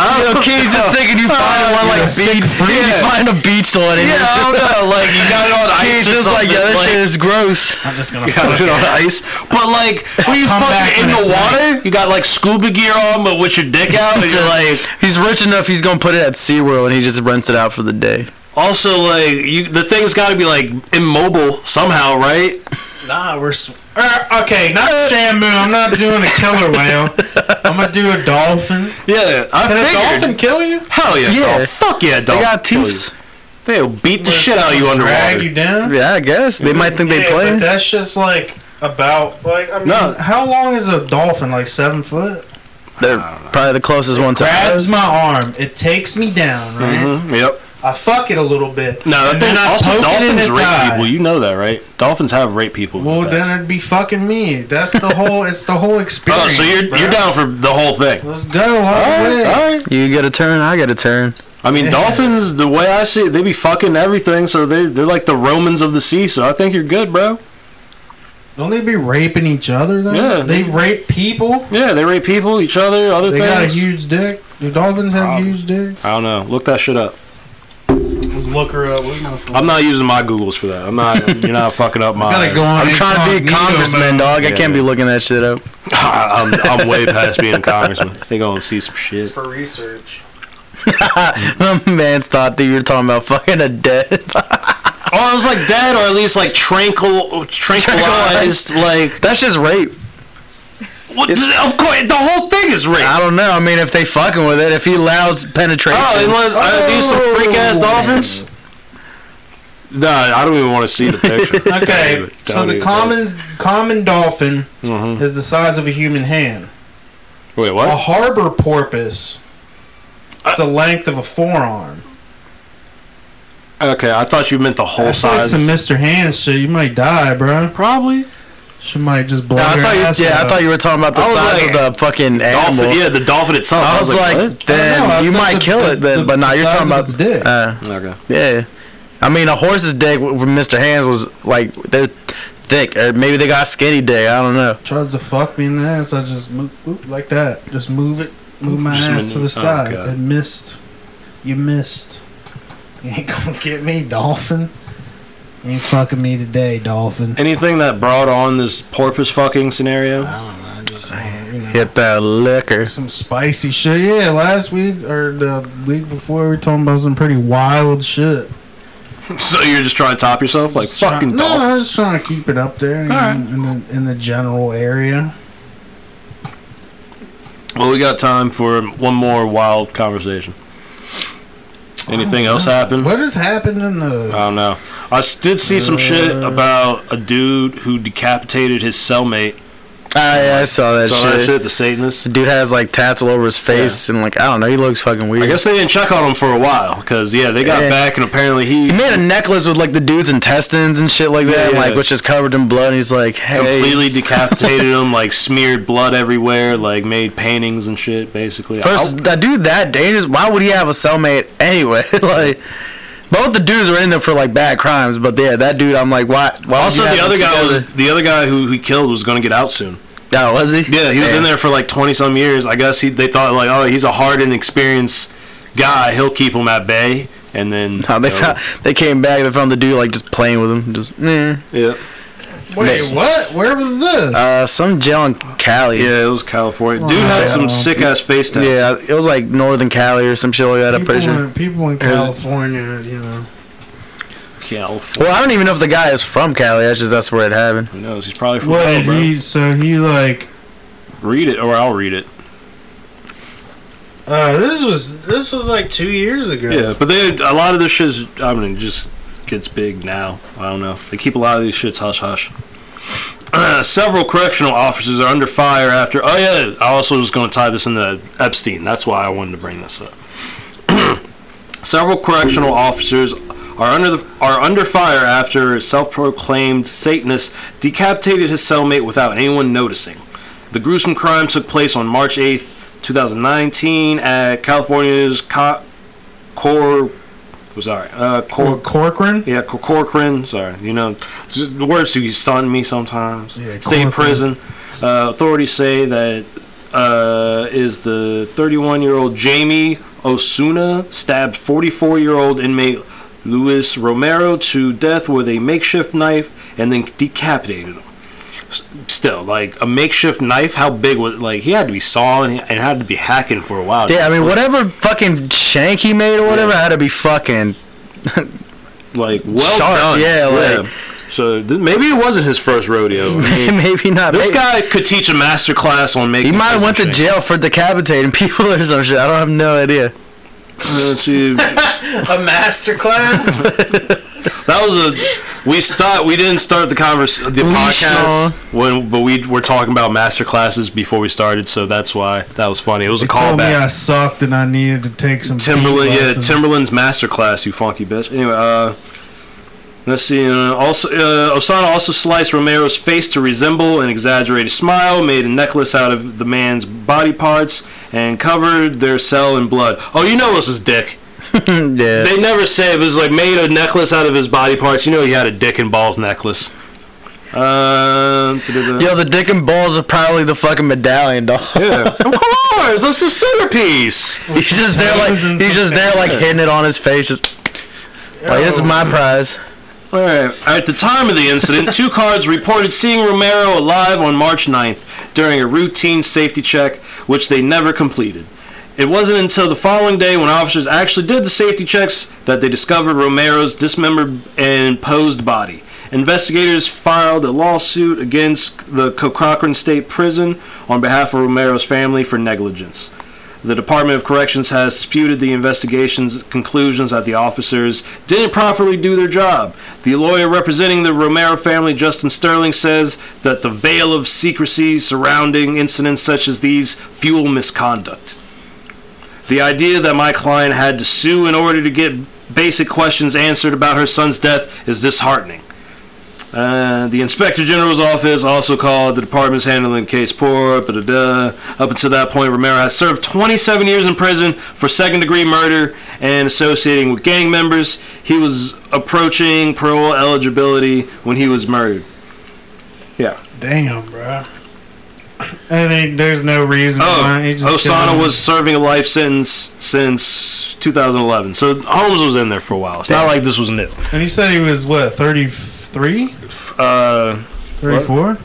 B: I don't,
C: Okay, just thinking you find
B: Oh,
C: one like beach. You find a beach one and
B: yeah,
C: you're
B: I don't know. Like you got it on ice.
C: He's
B: or
C: just like,
B: something,
C: yeah, that shit is gross.
D: I'm just gonna
B: got it on ice. But like, when you
D: Come back
B: fucking in
D: when
B: the
D: it's
B: water, you got like scuba gear on, but with your dick out, and you're like.
C: He's rich enough, he's gonna put it at SeaWorld and he just rents it out for the day.
B: Also, like, you, the thing's got to be like immobile somehow, right?
D: Nah, we're s er, okay. Not Shamu. I'm not doing a killer whale. I'm gonna do a dolphin.
B: Yeah, I
D: Can a
B: figured.
D: dolphin kill you?
B: Hell yeah,
C: Yeah.
B: dog. fuck yeah, dog.
C: They got teeth.
B: They'll beat the shit out of you
D: Drag
B: underwater.
D: you down.
C: Yeah, I guess. They might think they
D: Yeah, but
C: play.
D: that's just like about like I mean,
B: No.
D: how long is a dolphin? Like seven foot.
C: They're probably the closest one to
D: Grabs
C: us.
D: my arm. It takes me down. Right.
B: Mhm, Yep.
D: I fuck it a little bit.
B: No,
D: and then I
B: also
D: poke it in
B: dolphins
D: its
B: rape
D: eye.
B: people. You know that, right? Dolphins have rape people. in the
D: Well,
B: past.
D: then it'd be fucking me. That's the whole. it's the whole experience.
B: oh, so you're
D: bro.
B: you're down for the whole thing.
D: Let's go. All
B: All
D: the way.
B: right, all right.
C: You get a turn, I get a turn.
B: I mean,
D: Yeah.
B: dolphins. The way I see it, they be fucking everything. So they they're like the Romans of the sea. So I think you're good, bro.
D: Don't they be raping each other? Though?
B: Yeah.
D: They rape people.
B: Yeah, they rape people, each other, other
D: They got a
B: things.
D: huge dick. Do dolphins have huge dick?
B: I don't know. Look that shit up.
D: Let's look her up. We
B: I'm not using my Googles for that. I'm not. you're not fucking up my.
D: gotta go on.
C: I'm trying to be a
D: incognito
C: congressman,
D: mode.
C: dog. I
B: Yeah,
C: can't be
B: yeah.
C: looking that shit up.
B: I'm, I'm way past being a congressman. They gonna see some shit.
D: for research.
C: The man's thought that you were talking about fucking a dead.
B: Or Oh, I was like dead, or at least like tranquil, tranquilized. Like,
C: That's just rape.
B: what, of course, the whole thing is rape.
C: I don't know. I mean, if they fucking with it, if he allows penetration. Oh.
B: Oh, unless are these some freak ass dolphins? No, I don't even want to see the picture.
D: Okay,
B: Don't
D: so the
B: even-
D: common common dolphin
B: Mhm.
D: is the size of a human hand.
B: Wait,
D: A
B: what?
D: harbor porpoise
C: Uh.
D: is the length of a forearm.
B: Okay, I thought you meant the whole
D: Oh. That's like
B: size.
D: some Mr. Hands shit. You might die, bro.
B: Probably.
D: She might just blow
C: Yeah, I
D: your
C: thought
D: ass
C: you, yeah,
D: out.
C: I thought you were talking about the
B: I was
C: size
B: like,
C: of the fucking animal.
B: Dolphin, yeah, the dolphin itself.
C: I was like,
B: what?
D: I
C: then
D: don't know, I
C: you
D: said
C: might
D: the-
C: kill
D: the-
C: it, then.
D: the-
C: but now
D: the
C: you're
D: size
C: talking
D: of
C: about
D: its dick.
C: Uh,
B: okay.
C: yeah, I mean a horse's dick from Mr. Hands was like they're thick, or maybe they got skinny dick. I don't know.
D: tries to fuck me in the ass. I just move whoop, like that. Just move it, move my
B: Just
D: ass
B: move
D: to
B: it.
D: the
B: Oh,
D: side.
B: God.
D: it missed. You missed. You ain't gonna get me, dolphin. You ain't fucking me today, dolphin.
B: Anything that brought on this porpoise fucking scenario?
D: I don't know. I just wanna, you know,
C: Hit that liquor.
D: some spicy shit. Yeah, last week or the week before, we were talking about some pretty wild shit.
B: so you're just trying to top yourself, like
D: Just try-
B: fucking
D: no,
B: dolphin.
D: I was just trying to keep it up there in,
B: Alright.
D: in the in the general area.
B: Well, we got time for one more wild conversation. Anything else happen?
D: What has happened in the?
B: I don't know. I s- did see some shit
D: Uh.
B: about a dude who decapitated his cellmate.
C: Ah, yeah, I saw that
B: Saw
C: shit.
B: that shit, the Satanist.
C: The dude has like tats all over his face, and like I don't know, he looks fucking weird.
B: I guess they didn't check on him for a while, because, yeah, they got
C: Yeah.
B: back, and apparently
C: he made a necklace with like the dude's intestines and shit like that,
B: Yeah,
C: like
B: yeah.
C: which is covered in blood. And he's like, hey,
B: completely decapitated him, like smeared blood everywhere, like made paintings and shit. Basically,
C: First,
B: I'll-
C: that dude that dangerous. Why would he have a cellmate anyway? like, both the dudes are in there for like bad crimes, but yeah, that dude, I'm like, why? why would
B: also
C: you have them
B: the other guy was
C: together?
B: the other guy who he killed was gonna get out soon.
C: Yeah, was he?
B: Yeah, he was in
C: Damn.
B: there for like twenty some years. I guess he they thought like, oh, he's a hardened, experienced guy. He'll keep him at bay, and then
C: No, they
B: you know,
C: found, they came back. They found the dude like just playing with him. Just eh.
B: yeah,
D: Wait, what? Where was this?
C: uh, some jail in Cali.
B: yeah, it was California. Dude
D: Oh,
B: had
D: yeah.
B: some sick ass face tats.
C: Yeah, it was like Northern Cali or some shit like that. I'm pretty
D: people,
C: sure.
D: in, people in California, you know.
B: California.
C: Well, I don't even know if the guy is from Cali. That's just that's where it happened.
B: Who knows? He's probably from
D: What
B: hell,
D: did
B: bro.
D: he? So he like.
B: Read it, or I'll read it.
D: Uh, this was this was like two years ago.
B: Yeah, but they a lot of this shit's I mean just gets big now. I don't know. They keep a lot of these shits hush hush. several correctional officers are under fire after. Oh yeah, I also was going to tie this into Epstein. That's why I wanted to bring this up. several correctional officers are under the, are under fire after a self-proclaimed Satanist decapitated his cellmate without anyone noticing. The gruesome crime took place on March 8th, 2019, at California's Co- Cor. Was sorry, uh,
D: Or
B: Cor.
D: Corcoran.
B: Yeah, Cor- Corcoran. Sorry, you know, just the words do stun me sometimes.
D: Yeah,
B: State
D: Corcoran.
B: prison. Uh, authorities say that uh, is the 31-year-old Jamie Osuna stabbed 44-year-old inmate Luis Romero to death with a makeshift knife and then decapitated him. S- Still, like a makeshift knife, how big was like he had to be sawing and had to be hacking for a while.
C: Yeah, I mean, whatever fucking shank he made or whatever had to be fucking
B: like well
C: Sharp,
B: done.
C: yeah, like-
B: so th- maybe it wasn't his first rodeo.
C: maybe not.
B: This
C: Maybe-
B: guy could teach a master class on making.
C: He might have went to
B: prison
C: jail for decapitating people or some shit. I don't have no idea.
B: shit. Uh, see,
D: A master class.
B: that was a. We start. We didn't start the converse
C: saw.
B: the podcast when, but we were talking about master classes before we started, so that's why that was funny. It was a
D: Told me I
B: callback.
D: sucked and I needed to take some.
B: Timberland,
D: beat
B: yeah,
D: lessons.
B: Timberland's master class. You funky bitch. Anyway, uh. Let's see. Uh, also, uh, Osana also sliced Romero's face to resemble an exaggerated smile, made a necklace out of the man's body parts, and covered their cell in blood. Oh, you know this is dick.
C: yeah.
B: They never say it was like made a necklace out of his body parts. You know he had a dick and balls necklace. Uh, da-da-da.
C: Yo, the dick and balls are probably the fucking medallion, dog.
B: yeah. of course, that's the centerpiece.
C: he's just there like
D: Toes and
C: he's just there like hitting it on his face, just like this is my prize.
B: All right. At the time of the incident, two cards reported seeing Romero alive on March 9th during a routine safety check, which they never completed. It wasn't until the following day, when officers actually did the safety checks, that they discovered Romero's dismembered and posed body. Investigators filed a lawsuit against the Co- Cochran State Prison on behalf of Romero's family for negligence. The Department of Corrections has disputed the investigation's conclusions that the officers didn't properly do their job. The lawyer representing the Romero family, Justin Sterling, says that the veil of secrecy surrounding incidents such as these fuel misconduct. The idea that my client had to sue in order to get basic questions answered about her son's death is disheartening. Uh, the inspector general's office also called the department's handling case poor. But up until that point, Romero has served 27 years in prison for second-degree murder and associating with gang members. He was approaching parole eligibility when he was murdered.
D: Damn, bro. I think there's no reason why he
B: Oh,
D: just killed
B: Osana
D: him.
B: was serving a life sentence since 2011. So Holmes was in there for a while. It's not like this was new.
D: And he said he was what 33,
B: Uh,
D: 34?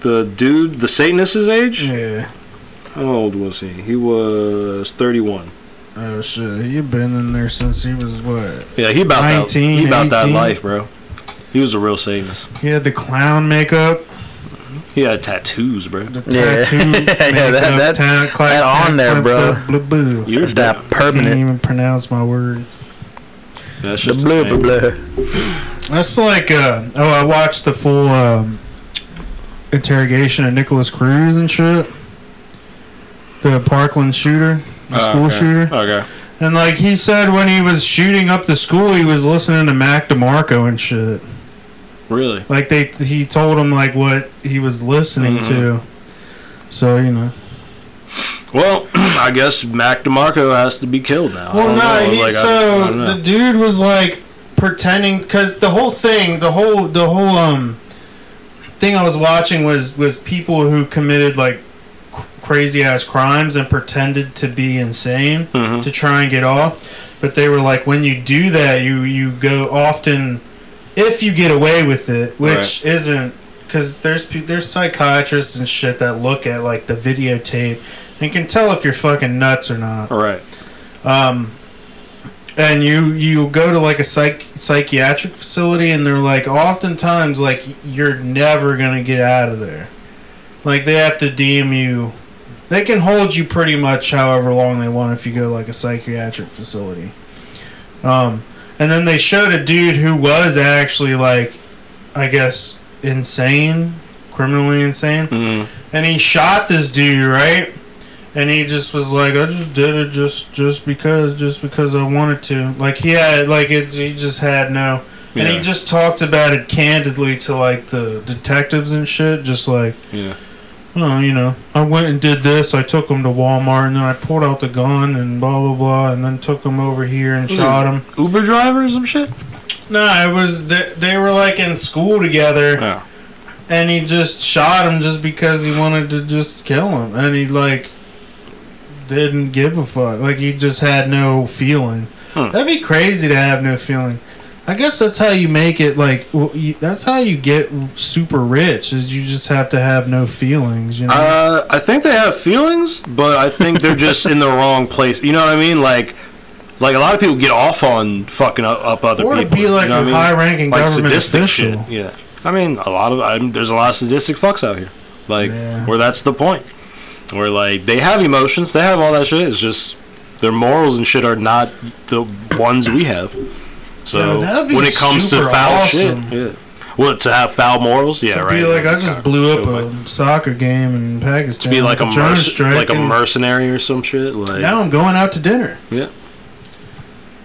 B: the dude, the Satanist, his age.
D: Yeah.
B: How old was he? He was 31.
D: Oh shit, you've been in there since he was what?
B: Yeah, he about
D: 19,
B: that. He about that
D: 18.
B: life, bro. He was a real Satanist.
D: He had the clown makeup,
B: He had tattoos, bro.
D: the
C: Yeah.
D: tattoo,
C: Yeah,
D: makeup,
C: that- that-
D: ta- cla-
C: that on
D: ta-
C: there,
D: cla-
C: bro.
D: cla- Blue boo.
B: You're
C: It's that
B: dead.
D: Can't
C: permanent.
D: even pronounce my word.
B: That's
C: The
B: just
C: blue,
B: the
C: blue,
B: same.
C: blue.
D: That's like uh oh, I watched the full um, interrogation of Nicholas Cruz and shit. The Parkland shooter, the
B: Oh,
D: school
B: okay.
D: shooter.
B: Okay.
D: And like he said when he was shooting up the school, he was listening to Mac DeMarco and shit.
B: Really?
D: Like they he told him like what he was listening
B: Mm-hmm.
D: to. So, you know.
B: Well, I guess Mac DeMarco has to be killed now. I
D: Well,
B: don't
D: no,
B: know,
D: he
B: like, I-
D: so
B: I don't know.
D: the dude was like pretending because the whole thing, the whole the whole um thing I was watching was was people who committed like crazy ass crimes and pretended to be insane
B: Mhm.
D: to try and get off. But they were like, when you do that, you you go often if you get away with it, which
B: Right.
D: isn't because there's pe- there's psychiatrists and shit that look at like the videotape and can tell if you're fucking nuts or not
B: All right.
D: um, and you you go to like a psych psychiatric facility and they're like oftentimes like you're never gonna get out of there like they have to deem you they can hold you pretty much however long they want if you go to like a psychiatric facility um, and then they showed a dude who was actually like i guess insane criminally insane
B: Mhm.
D: and he shot this dude, right? And he just was like, I just did it just just because, just because I wanted to. Like he had, like it, he just had no. And he
B: Yeah.
D: just talked about it candidly to like the detectives and shit, just like,
B: Yeah.
D: oh, you know, I went and did this. I took him to Walmart, and then I pulled out the gun and blah blah blah, and then took him over here and shot him.
B: Uber driver or some shit.
D: No, it was they, they were like in school together,
B: Yeah.
D: and he just shot him just because he wanted to just kill him and he like didn't give a fuck like he just had no feeling
B: Hmm.
D: that'd be crazy to have no feeling i guess that's how you make it like well, you, that's how you get super rich is you just have to have no feelings you know
B: Uh, I think they have feelings, but I think they're just in the wrong place. You know what I mean? Like, like a lot of people get off on fucking up, up other
D: or to
B: people.
D: be like
B: you know
D: a
B: what I mean?
D: high-ranking
B: like
D: government
B: sadistic
D: official
B: shit. Yeah, I mean a lot of I mean, there's a lot of sadistic fucks out here, like
D: Yeah.
B: where that's the point, where like they have emotions, they have all that shit. It's just their morals and shit are not the ones we have. So
D: Yeah, that'd be
B: when it comes to
D: super
B: foul
D: awesome.
B: shit, yeah. What to have foul morals? Yeah,
D: to
B: right.
D: be like i just blew up
B: Go
D: a
B: like-
D: soccer game in pakistan
B: to be like a
D: drone
B: merc-
D: strike
B: like a
D: and
B: mercenary or some shit. Like
D: now i'm going out to dinner
B: yeah,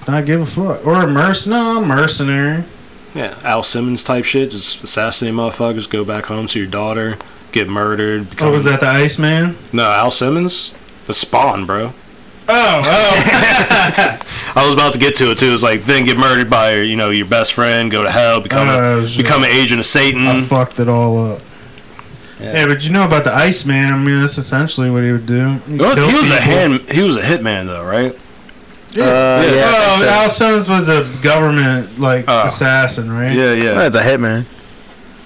D: Not give a fuck. Or a merc? No, I'm a mercenary. Oh,
B: yeah. Al Simmons type shit. Just assassinate motherfuckers. Go back home to your daughter. Get murdered.
D: Oh,
B: become-
D: was that the Iceman?
B: No, Al Simmons. The Spawn, bro.
D: Oh, oh.
B: I was about to get to it too. It's like then get murdered by you know your best friend, go to hell, become
D: Oh,
B: a,
D: shit.
B: become an agent of Satan.
D: I fucked it all up. Yeah. but you know about the Iceman. I mean, that's essentially what he would do. He'd
B: Well,
D: kill
B: he was a
D: people.
B: hand, he was a hitman though, right?
C: Uh, yeah,
D: Yeah.
C: I
D: oh,
C: think so.
D: Al Simmons was a government, like,
B: Oh.
D: assassin, right?
B: Yeah, yeah.
C: That's a hitman.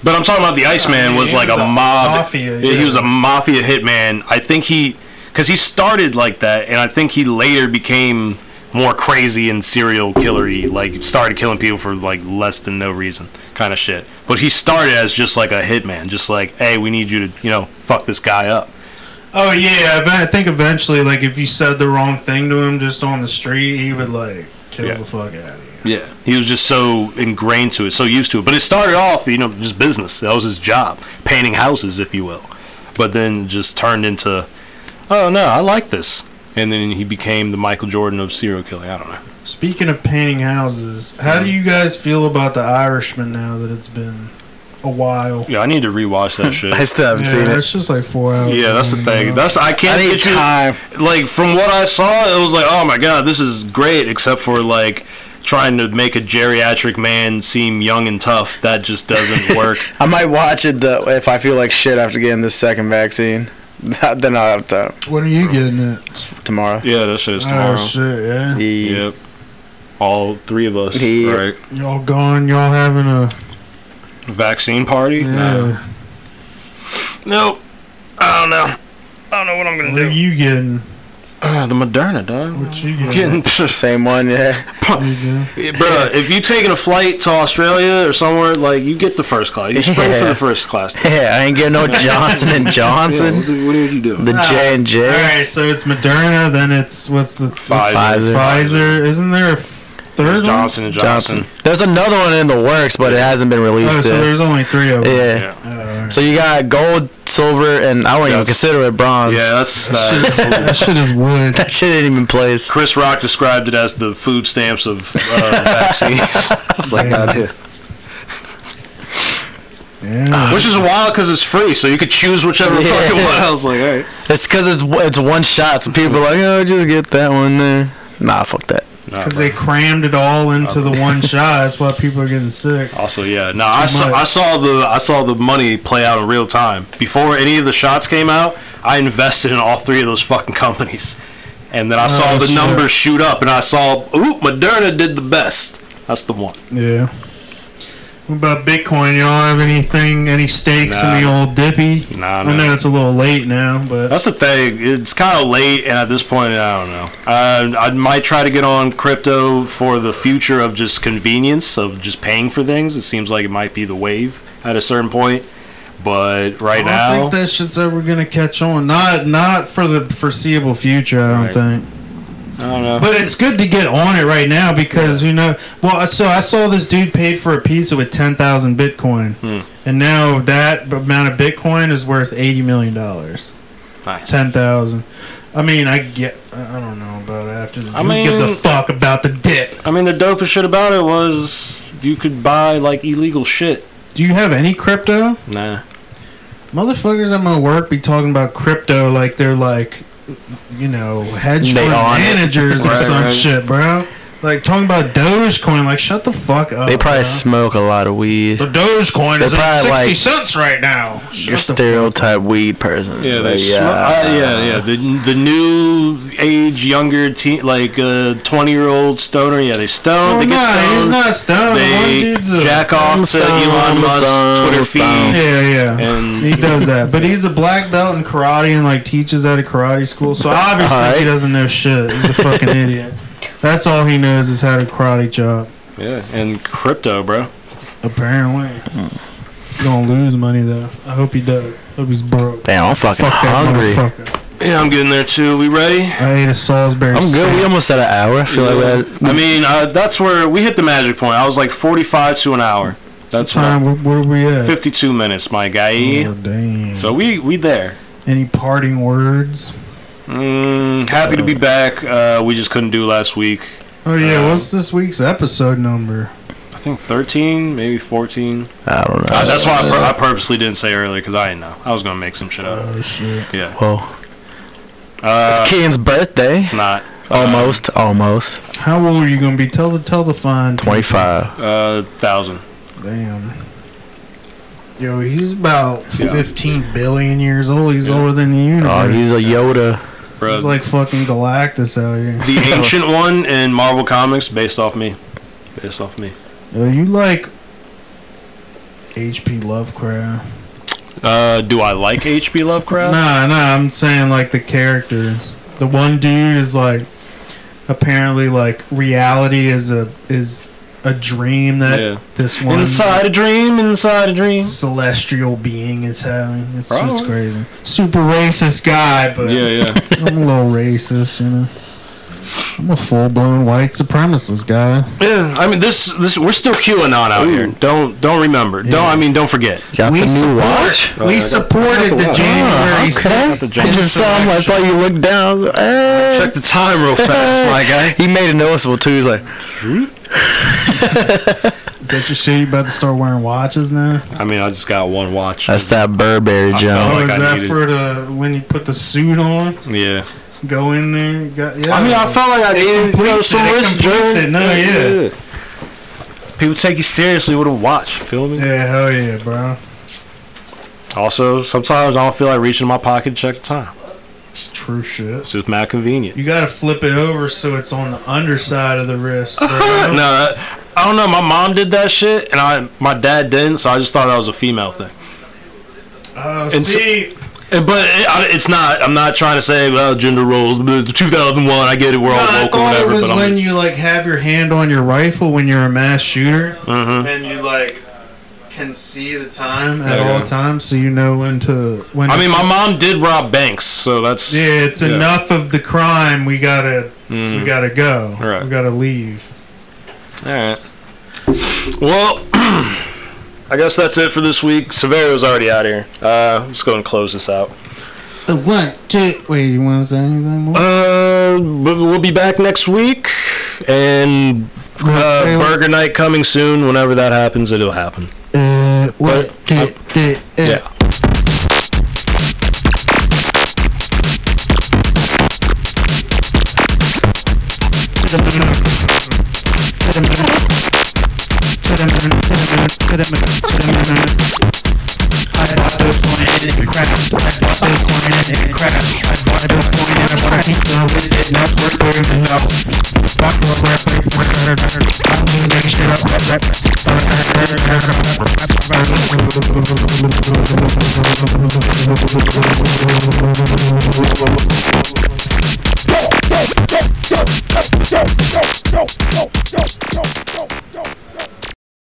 B: But I'm talking about the Iceman
D: Yeah,
B: was
D: he
B: like
D: was
B: a
D: a
B: mob.
D: mafia,
B: yeah,
D: yeah.
B: He was a mafia hitman. I think he, because he started like that, and I think he later became more crazy and serial killery. Like started killing people for like less than no reason, kind of shit. But he started as just like a hitman, just like hey, we need you to you know fuck this guy up.
D: Oh, yeah. ev- I think eventually, like, if you said the wrong thing to him just on the street, he would, like, kill
B: Yeah.
D: the fuck out of you.
B: Yeah, he was just so ingrained to it, so used to it. But it started off, you know, just business. That was his job, painting houses, if you will. But then just turned into, oh no, I like this. And then he became the Michael Jordan of serial killing. I don't know.
D: Speaking of painting houses, how do you guys feel about the Irishman now that it's been a while.
B: Yeah, I need to rewatch that shit.
C: I still haven't seen
D: Yeah,
C: it.
D: it's just like four hours.
B: Yeah, that's the
D: long,
B: thing.
D: you know?
B: That's I
C: I
B: can't
C: need
B: get you.
C: time.
B: Like from what I saw, it was like, oh my god, this is great. Except for like trying to make a geriatric man seem young and tough. That just doesn't work.
C: I might watch it though if I feel like shit after getting this second vaccine. then I'll have time
D: When are you getting it?
C: tomorrow.
B: yeah, that shit is
D: Oh
B: tomorrow.
D: shit! Yeah,
C: Yeah.
B: Yep. All three of us,
C: Yeah.
B: right?
D: y'all going? Y'all having a
B: Vaccine party? No.
D: yeah?
B: Nope. I don't know. I don't know what I'm gonna
D: What are
B: do.
D: you getting?
B: Uh, the Moderna, dog.
D: What you getting?
B: Getting, bro.
C: Same one, yeah.
D: You getting?
B: If you taking a flight to Australia or somewhere, like you get the first class. You spring for
C: Yeah.
B: the first class. dude.
C: Yeah, I ain't getting no Johnson and
B: Yeah, what
C: Johnson.
B: do- what did you do?
C: The J and
D: All
C: J.
D: right, so it's Moderna. Then it's what's the
B: Pfizer.
D: Pfizer. Isn't there a f- third one?
B: Johnson and Johnson.
C: Johnson. There's another one in the works, but it hasn't been
D: Oh,
C: released
D: so
C: yet.
D: there's only three of them.
C: Yeah.
B: Yeah.
D: Yeah.
C: So you got gold, silver, and I wouldn't even
B: Yes.
C: consider it bronze.
B: Yeah, that's uh, that.
D: that shit is wood.
C: That shit didn't even place.
B: Chris Rock described it as the food stamps of uh, vaccines. It's like,
D: Yeah.
B: God, yeah.
D: Yeah.
B: Which is wild because it's free, so you could choose whichever
C: Yeah.
B: fucking one. I was like, all right.
C: It's because it's it's one shot, so people are like, oh, just get that one there. Nah, fuck that.
D: Because they crammed it all into the one shot. That's why people are getting sick.
B: Also, yeah. No, I saw,
D: much.
B: I saw the I saw the money play out in real time before any of the shots came out. I invested in all three of those fucking companies, and then I saw
D: Oh,
B: the
D: shit.
B: numbers shoot up, and I saw, ooh, Moderna did the best. That's the one.
D: Yeah. What about Bitcoin? Y'all have anything, any stakes in the
B: Nah.
D: old dippy?
B: Nah,
D: I
B: nah.
D: know it's a little late now, but
B: That's the thing. It's kind of late, and at this point, I don't know. I, I might try to get on crypto for the future of just convenience of just paying for things. It seems like it might be the wave at a certain point, but
D: I
B: right
D: don't
B: now,
D: think that shit's ever gonna catch on. Not, not for the foreseeable future. I don't
B: Right.
D: think.
B: I don't know.
D: But it's good to get on it right now because you know. Well, so I saw this dude paid for a pizza with ten thousand Bitcoin,
B: Hmm.
D: and now that amount of Bitcoin is worth eighty million dollars.
B: Nice.
D: Ten thousand. I mean, I get. I I don't know about after. The,
B: I
D: who gives a
B: mean-
D: fuck about the dip?
B: I mean, the dopest shit about it was you could buy like illegal shit.
D: Do you have any crypto,
B: Nah.
D: motherfuckers? I'm gonna work be talking about crypto like they're like, you know, hedge
C: They
D: fund
C: on it.
D: managers or
B: Right,
D: some
B: right.
D: shit, bro. Like talking about Dogecoin. Like, shut the fuck up.
C: They probably
D: bro.
B: Uh-huh.
C: smoke a lot of weed.
D: The Dogecoin
C: They're
D: is at
C: probably
D: 60
C: like-
D: cents right now. Shut
C: Your
D: the
C: stereotype weed person.
B: Yeah, they
C: Like,
B: sm- uh, yeah, yeah. The the new age, younger teen, like uh, twenty year old stoner. Yeah, they
D: fuck-
B: stone.
D: Oh,
B: they get
D: nah,
B: stoned.
D: he's not stoned. One
B: they
D: dude's a,
B: jack
C: I'm
B: off to
C: stoned,
B: Elon
C: I'm
B: Musk
C: stoned, I'm
B: Twitter
C: stoned.
B: feed.
D: Yeah, yeah.
B: And
D: he does that. But he's a black belt in karate and like teaches at a karate school. So obviously
C: Alright.
D: he doesn't know shit. He's a fucking idiot. That's all he knows is how to karate chop.
B: yeah, and crypto, bro.
D: Apparently. He's gonna lose money though. I hope he does. hope he's broke.
C: Damn, I'm fucking
D: Fuck that
C: hungry.
D: motherfucker.
B: Yeah, I'm getting there too. We ready?
D: I ate a Salisbury
C: I'm good. We
D: steak.
C: almost at an hour. I feel like we
B: I mean, uh, that's where we hit the magic point. I was like 45 to an hour. That's right.
D: Time, where, where we at?
B: 52 minutes, my guy.
D: Oh, damn.
B: So we we there.
D: Any parting words?
B: Mm, happy to be back. Uh, we just couldn't do last week.
D: Oh yeah,
C: Uh,
B: Um,
D: what's this week's episode number?
B: I think 13, maybe 14.
C: I don't know.
B: Uh, that's why I, pur- I purposely didn't say earlier because I didn't know. I was gonna make some shit up.
D: shit!
B: Yeah,
C: Well,
B: uh,
C: it's Keaton's birthday.
B: it's not.
C: Almost, almost.
D: How old are you gonna be? Tell the tell the fine.
C: 25.
B: Uh, thousand.
D: Damn. Yo, he's about
B: Yeah.
D: fifteen billion years old. He's
B: Yeah.
D: older than the universe.
C: Oh,
D: he's,
C: he's a Yoda.
B: Bruh,
D: like fucking Galactus out here.
B: the ancient one in Marvel Comics, based off me. Based off me.
D: Yo, you like H.P. Lovecraft?
B: Uh, do I like H.P. Lovecraft?
D: Nah, nah. I'm saying like the characters. The one dude is like apparently like reality is a is a dream that
B: Yeah.
D: this one
B: Inside a dream, inside a dream.
D: celestial being is having. It's, it's
B: Probably.
D: crazy. Super racist guy, but
B: Yeah, yeah.
D: I'm a little racist, you know. I'm a full blown white supremacist guy.
B: Yeah, I mean this. This we're still QAnon out here. Don't don't remember. Don't I mean don't forget.
C: Got
D: We
C: the new
D: support-
C: watch. Oh,
B: Oh, yeah,
D: we
B: I got-
D: supported
B: I got the
D: the
B: watch.
D: January
C: okay. I
D: 6th.
C: just saw him. I saw you look down. I was like, eh.
B: Check the time real fast, my guy.
C: He made it noticeable too. He's like,
D: Is that your shit? You about to start wearing watches now?
B: I mean I just got one watch.
C: "That's that Burberry
B: felt
C: Joe."
B: like
D: oh, is
B: I
D: that
B: needed-
D: for the when you put the suit on?
B: yeah.
D: Go in there. Got, yeah.
B: I mean I felt like I needed you know,
D: completes
B: some
D: it, it
B: wrist
D: completes
B: journey.
D: it, no, yeah.
B: People take you seriously with a watch. Feel me?
D: yeah, hell yeah, bro.
B: Also, sometimes I don't feel like reaching in my pocket to check the time.
D: It's true shit.
B: It's just mad convenient.
D: You gotta flip it over so it's on the underside of the wrist, bro.
B: no, uh, that, I don't know. My mom did that shit, and I my dad didn't, so I just thought that was a female thing.
D: Oh,
B: And so-
D: see,
B: Eh, But it, I- it's not. I'm not trying to say well, gender roles. blah, 2001. I get it. We're all
D: No, I
B: local,
D: thought
B: whatever.
D: it was
B: But
D: when
B: I'm,
D: you like have your hand on your rifle when you're a mass shooter,
B: mm-hmm.
D: and you like can see the time at
B: Yeah.
D: all times, so you know when to when.
B: I
D: to-
B: mean, my mom did rob banks, so that's
D: yeah, it's
B: yeah.
D: enough of the crime. We gotta we gotta go.
B: Right.
D: We gotta leave.
B: mm, All right. Well, I guess that's it for this week. Severo's already out here. Uh, let's go and close this out.
D: Uh, one, two. Wait, you want to say anything more?
B: Uh, but we'll be back next week, and uh, Burger Night coming soon. Whenever that happens, it'll happen.
D: Uh, one, two, three, uh.
B: Yeah.